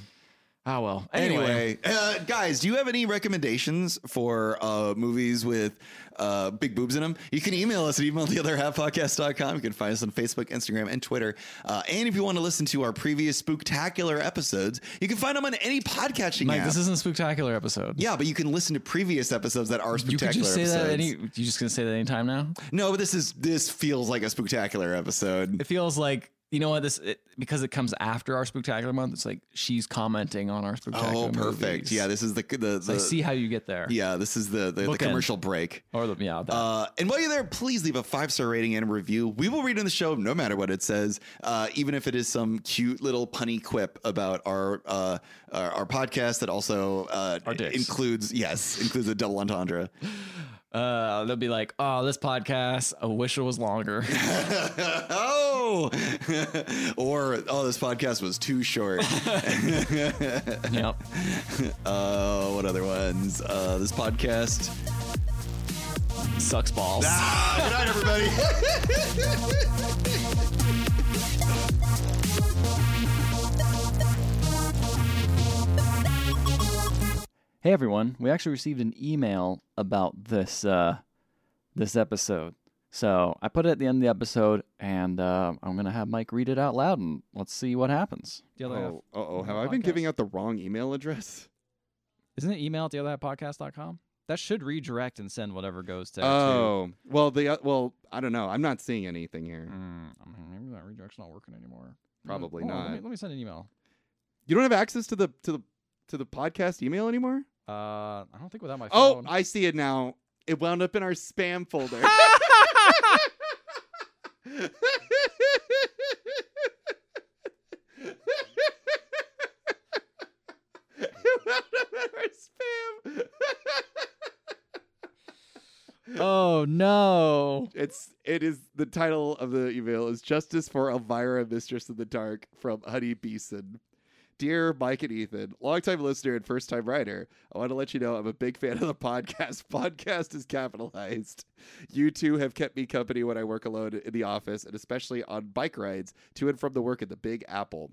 Speaker 1: Oh well. Anyway,
Speaker 2: Anyway, uh, guys, do you have any recommendations for uh, movies with uh, big boobs in them? You can email us at email the other half podcast.com. You can find us on Facebook, Instagram, and Twitter. Uh, and if you want to listen to our previous spooktacular episodes, you can find them on any podcatching
Speaker 1: Mike,
Speaker 2: app.
Speaker 1: this isn't a spectacular episode.
Speaker 2: yeah, but you can listen to previous episodes that are
Speaker 1: you
Speaker 2: spectacular
Speaker 1: could just say
Speaker 2: episodes.
Speaker 1: that any. You just gonna say that anytime now?
Speaker 2: no, but this is this feels like a spectacular episode.
Speaker 1: It feels like you know what this it, because it comes after our spectacular month. It's like she's commenting on our spectacular.
Speaker 3: Oh, perfect.
Speaker 1: movies.
Speaker 3: Yeah, this is the the,
Speaker 1: So
Speaker 3: the
Speaker 1: I see how you get there.
Speaker 3: yeah. This is the the, the
Speaker 1: Bookend.
Speaker 3: commercial break.
Speaker 1: Or the yeah. That.
Speaker 3: Uh, and while you're there, please leave a five star rating and review. We will read it in the show no matter what it says, uh, even if it is some cute little punny quip about our uh, our, our podcast that also uh,
Speaker 1: Our dicks.
Speaker 3: includes yes includes a double entendre.
Speaker 1: Uh, they'll be like, "Oh, this podcast. I wish it was longer."
Speaker 3: oh, or oh, this podcast was too short.
Speaker 1: yep.
Speaker 3: uh, what other ones? Uh, this podcast.
Speaker 1: Sucks balls.
Speaker 3: Ah, good night, everybody.
Speaker 1: Hey everyone, we actually received an email about this uh, this episode. So I put it at the end of the episode, and uh, I'm gonna have Mike read it out loud, and let's see what happens. The other
Speaker 2: Oh, oh, have I been
Speaker 1: podcast.
Speaker 2: giving out the wrong email address?
Speaker 1: isn't it email at the other half podcast.com? That should redirect and send whatever goes to.
Speaker 2: Oh, well, the uh, well, I don't know. I'm not seeing anything here.
Speaker 1: to I mean, maybe that redirect's not working anymore.
Speaker 2: Probably
Speaker 1: Hold on, Let me,
Speaker 2: not.
Speaker 1: let me send an email.
Speaker 2: You don't have access to the to the to the podcast email anymore.
Speaker 1: Uh, I don't think without my
Speaker 2: Oh,
Speaker 1: phone.
Speaker 2: I see it now. It wound up in our spam folder. it wound up in our spam.
Speaker 1: oh no.
Speaker 2: It's it is the title of the email is Justice for Elvira, Mistress of the Dark from Honey Beeson. Dear Mike and Ethan, longtime listener and first time writer, I want to let you know I'm a big fan of the podcast. Podcast is capitalized. You two have kept me company when I work alone in the office and especially on bike rides to and from the work at the Big Apple.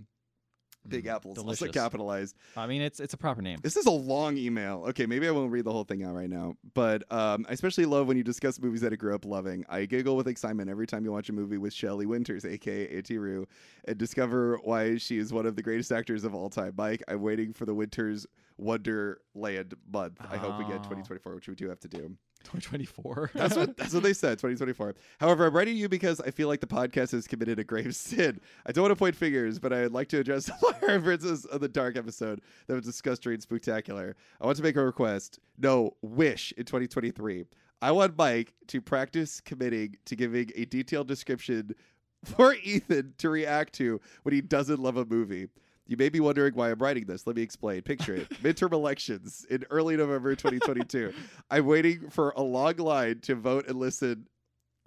Speaker 2: Big Apple is also
Speaker 1: Mm, delicious.
Speaker 2: capitalized.
Speaker 1: I mean, it's it's a proper name.
Speaker 2: This is a long email. Okay, maybe I won't read the whole thing out right now, but um, I especially love when you discuss movies that I grew up loving. I giggle with excitement every time you watch a movie with Shelley Winters, aka Atiru, and discover why she is one of the greatest actors of all time. Mike, I'm waiting for the Winters Wonderland month. I hope we
Speaker 1: Oh.
Speaker 2: get 2024, which we do have to do.
Speaker 1: 2024.
Speaker 2: That's what that's what they said, 2024. However, I'm writing you because I feel like the podcast has committed a grave sin. I don't want to point fingers, but I would like to address the references of the Dark episode that was discussed during Spooktacular. I want to make a request. No, wish in 2023. I want Mike to practice committing to giving a detailed description for Ethan to react to when he doesn't love a movie. You may be wondering why I'm writing this. Let me explain. Picture it. Midterm elections in early November 2022. I'm waiting for a long line to vote and listen.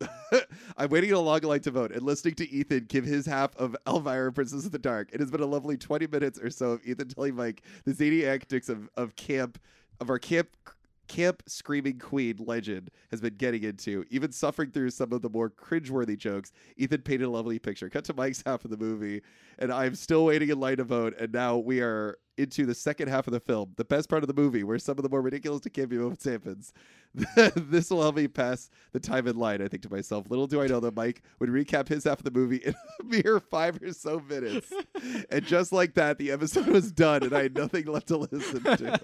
Speaker 2: I'm waiting in a long line to vote and listening to Ethan give his half of Elvira, Princess of the Dark. It has been a lovely 20 minutes or so of Ethan telling Mike the zany antics of, of camp, of our camp. Camp Screaming Queen legend has been getting into, even suffering through some of the more cringeworthy jokes. Ethan painted a lovely picture. Cut to Mike's half of the movie and I'm still waiting in line to vote. And now we are into the second half of the film, the best part of the movie, where some of the more ridiculous cameo moments happens. this will help me pass the time in line, I think to myself. Little do I know that Mike would recap his half of the movie in a mere five or so minutes. and just like that, the episode was done, and I had nothing left to listen to.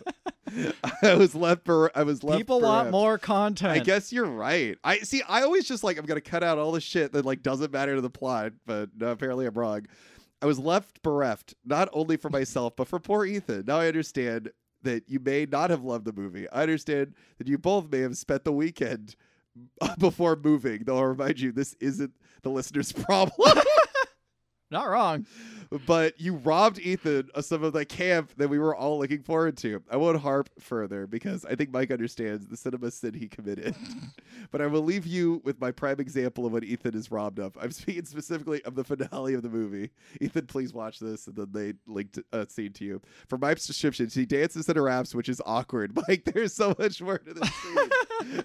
Speaker 2: I was left. Ber- I was left.
Speaker 1: People want
Speaker 2: bereft.
Speaker 1: more content.
Speaker 2: I guess you're right. I see. I always just like I'm gonna cut out all the shit that like doesn't matter to the plot, but no, apparently I'm wrong. I was left bereft, not only for myself but for poor Ethan. Now I understand that you may not have loved the movie. I understand that you both may have spent the weekend before moving. Though I'll remind you, this isn't the listener's problem.
Speaker 1: Not wrong.
Speaker 2: but you robbed Ethan of some of the camp that we were all looking forward to. I won't harp further because I think Mike understands the cinema sin he committed. but I will leave you with my prime example of what Ethan is robbed of. I'm speaking specifically of the finale of the movie. Ethan, please watch this. And then they linked a scene to you. For Mike's description, she dances and raps, which is awkward. Mike, there's so much more to this scene.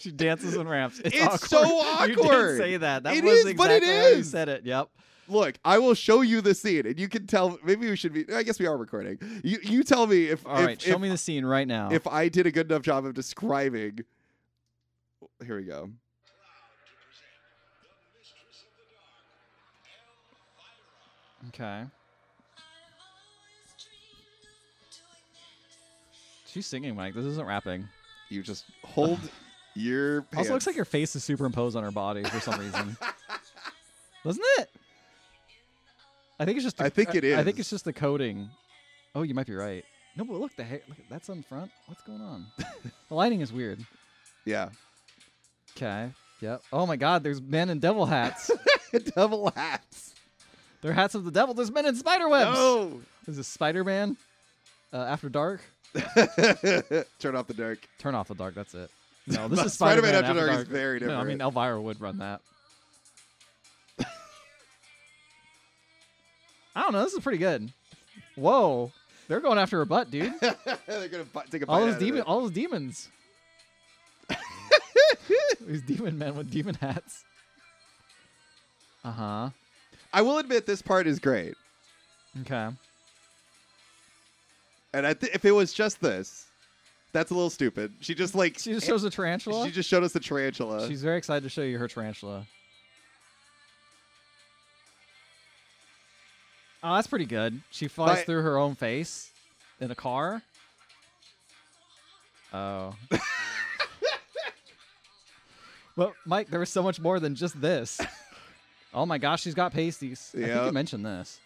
Speaker 1: She dances and raps. It's,
Speaker 2: It's
Speaker 1: awkward.
Speaker 2: so
Speaker 1: You did
Speaker 2: awkward.
Speaker 1: say that. That
Speaker 2: It
Speaker 1: was
Speaker 2: is,
Speaker 1: exactly
Speaker 2: but it
Speaker 1: how you
Speaker 2: is.
Speaker 1: said it. Yep.
Speaker 2: Look, I will show you the scene, and you can tell. Maybe we should be. I guess we are recording. You you tell me if
Speaker 1: All right.
Speaker 2: if,
Speaker 1: Show
Speaker 2: if-
Speaker 1: me the scene right now.
Speaker 2: if I did a good enough job of describing. Here we go.
Speaker 1: okay. She's singing, Mike. This isn't rapping.
Speaker 2: You just hold your. Pants.
Speaker 1: Also, looks like your face is superimposed on her body for some reason. doesn't it? I think it's just.
Speaker 2: I think it
Speaker 1: it is. I
Speaker 2: is.
Speaker 1: think it's just the coding. Oh, you might be right. No, but look the hair. Look, that's on front. What's going on? the lighting is weird.
Speaker 2: Yeah.
Speaker 1: Okay. Yep. Oh my God. There's men in devil hats.
Speaker 2: Double hats.
Speaker 1: They're hats of the devil. There's men in spider webs.
Speaker 2: No.
Speaker 1: Is this Spider Man? Uh, after dark.
Speaker 2: Turn off the dark.
Speaker 1: Turn off the dark. That's it. No, this is Spider
Speaker 2: Spider-Man
Speaker 1: Man
Speaker 2: After Dark is very
Speaker 1: No, I
Speaker 2: different.
Speaker 1: mean Elvira would run that. I don't know. This is pretty good. Whoa, they're going after her butt, dude.
Speaker 2: They're gonna bu- take a bite
Speaker 1: All those
Speaker 2: out of
Speaker 1: demon,
Speaker 2: it.
Speaker 1: all those demons. These demon men with demon hats. Uh huh.
Speaker 2: I will admit this part is great,
Speaker 1: Okay.
Speaker 2: and I th- if it was just this, that's a little stupid. She just like eh,
Speaker 1: She just shows a tarantula.
Speaker 2: she just showed us the tarantula.
Speaker 1: She's very excited to show you her tarantula. Oh, that's pretty good. She flies
Speaker 2: But-
Speaker 1: through her own face in a car. Oh. but Mike, there was so much more than just this. Oh my gosh, she's got pasties. I think
Speaker 2: Yeah.
Speaker 1: you mentioned this.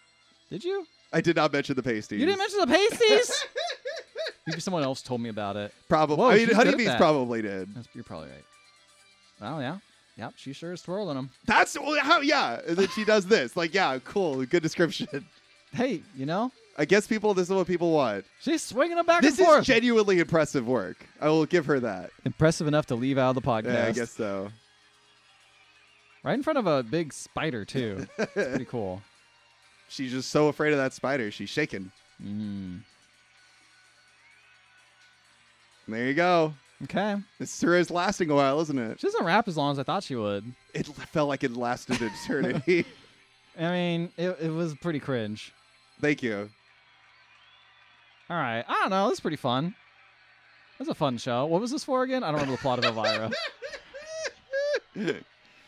Speaker 1: Did you?
Speaker 2: I did not mention the pasties.
Speaker 1: You didn't mention the pasties. Maybe someone else told me about it.
Speaker 2: probably.
Speaker 1: Whoa,
Speaker 2: I
Speaker 1: she's
Speaker 2: mean,
Speaker 1: good at
Speaker 2: honeybees
Speaker 1: that.
Speaker 2: probably did.
Speaker 1: That's, you're probably right. Oh yeah, yep. She sure is twirling them.
Speaker 2: That's well, how. Yeah, and then she does this. Like, yeah, cool, good description.
Speaker 1: Hey, you know,
Speaker 2: I guess people. This is what people want.
Speaker 1: She's swinging them back
Speaker 2: This
Speaker 1: and forth.
Speaker 2: is genuinely impressive work. I will give her that.
Speaker 1: Impressive enough to leave out of the podcast.
Speaker 2: Yeah, I guess so.
Speaker 1: Right in front of a big spider too. it's pretty cool.
Speaker 2: She's just so afraid of that spider. She's shaking.
Speaker 1: Mm.
Speaker 2: And there you go.
Speaker 1: Okay.
Speaker 2: This tour is lasting a while, isn't it?
Speaker 1: She doesn't rap as long as I thought she would.
Speaker 2: It felt like it lasted an eternity.
Speaker 1: I mean, it, it was pretty cringe.
Speaker 2: Thank you.
Speaker 1: All right. I don't know. This is pretty fun. It was a fun show. What was this for again? I don't remember the plot of Elvira.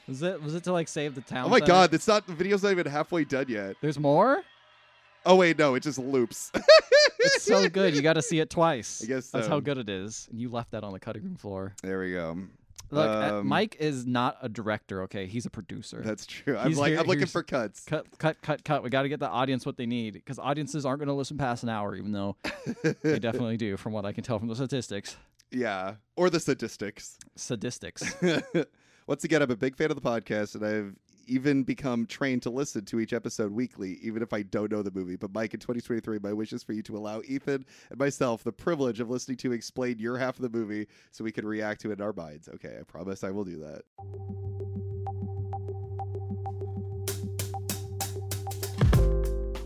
Speaker 1: was it was it to like save the town?
Speaker 2: Oh my
Speaker 1: center?
Speaker 2: god, it's not the video's not even halfway done yet.
Speaker 1: There's more?
Speaker 2: Oh wait, no, it just loops.
Speaker 1: It's so good. You got to see it twice.
Speaker 2: I guess
Speaker 1: That's
Speaker 2: so.
Speaker 1: how good it is. And you left that on the cutting room floor.
Speaker 2: there we go.
Speaker 1: Look, uh,
Speaker 2: Um,
Speaker 1: Mike is not a director, okay? He's a producer.
Speaker 2: That's true. I'm
Speaker 1: He's
Speaker 2: like
Speaker 1: here-
Speaker 2: I'm looking
Speaker 1: here's-
Speaker 2: for cuts.
Speaker 1: cut, cut, cut, cut. We got to get the audience what they need because audiences aren't going to listen past an hour, even though they definitely do, from what I can tell from the statistics.
Speaker 2: Yeah. Or the statistics.
Speaker 1: Statistics.
Speaker 2: Once again, I'm a big fan of the podcast and I've even become trained to listen to each episode weekly, even if I don't know the movie. But Mike, in 2023, my wish is for you to allow Ethan and myself the privilege of listening to explain your half of the movie so we can react to it in our minds. Okay, I promise I will do that.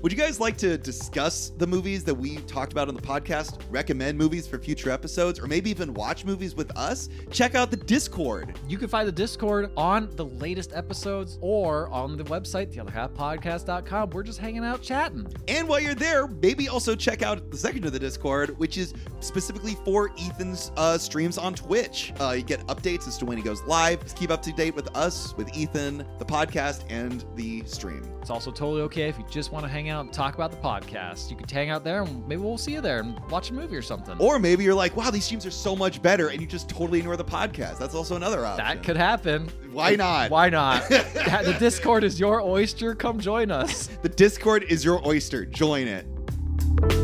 Speaker 2: Would you guys like to discuss the movies that we talked about on the podcast, recommend movies for future episodes, or maybe even watch movies with us? Check out the Discord.
Speaker 1: you can find the Discord on the latest episodes or on the website, theotherhalfpodcast.com. We're just hanging out chatting.
Speaker 4: And while you're there, maybe also check out the second of the Discord, which is specifically for Ethan's uh, streams on Twitch. Uh, you get updates as to when he goes live. Just keep up to date with us, with Ethan, the podcast, and the stream.
Speaker 1: It's also totally okay if you just want to hang out and talk about the podcast. You could hang out there and maybe we'll see you there and watch a movie or something.
Speaker 4: Or maybe you're like, wow, these streams are so much better, and you just totally ignore the podcast. That's also another option.
Speaker 1: that could happen.
Speaker 4: Why not?
Speaker 1: Why not? the Discord is your oyster. Come join us.
Speaker 4: The Discord is your oyster. Join it.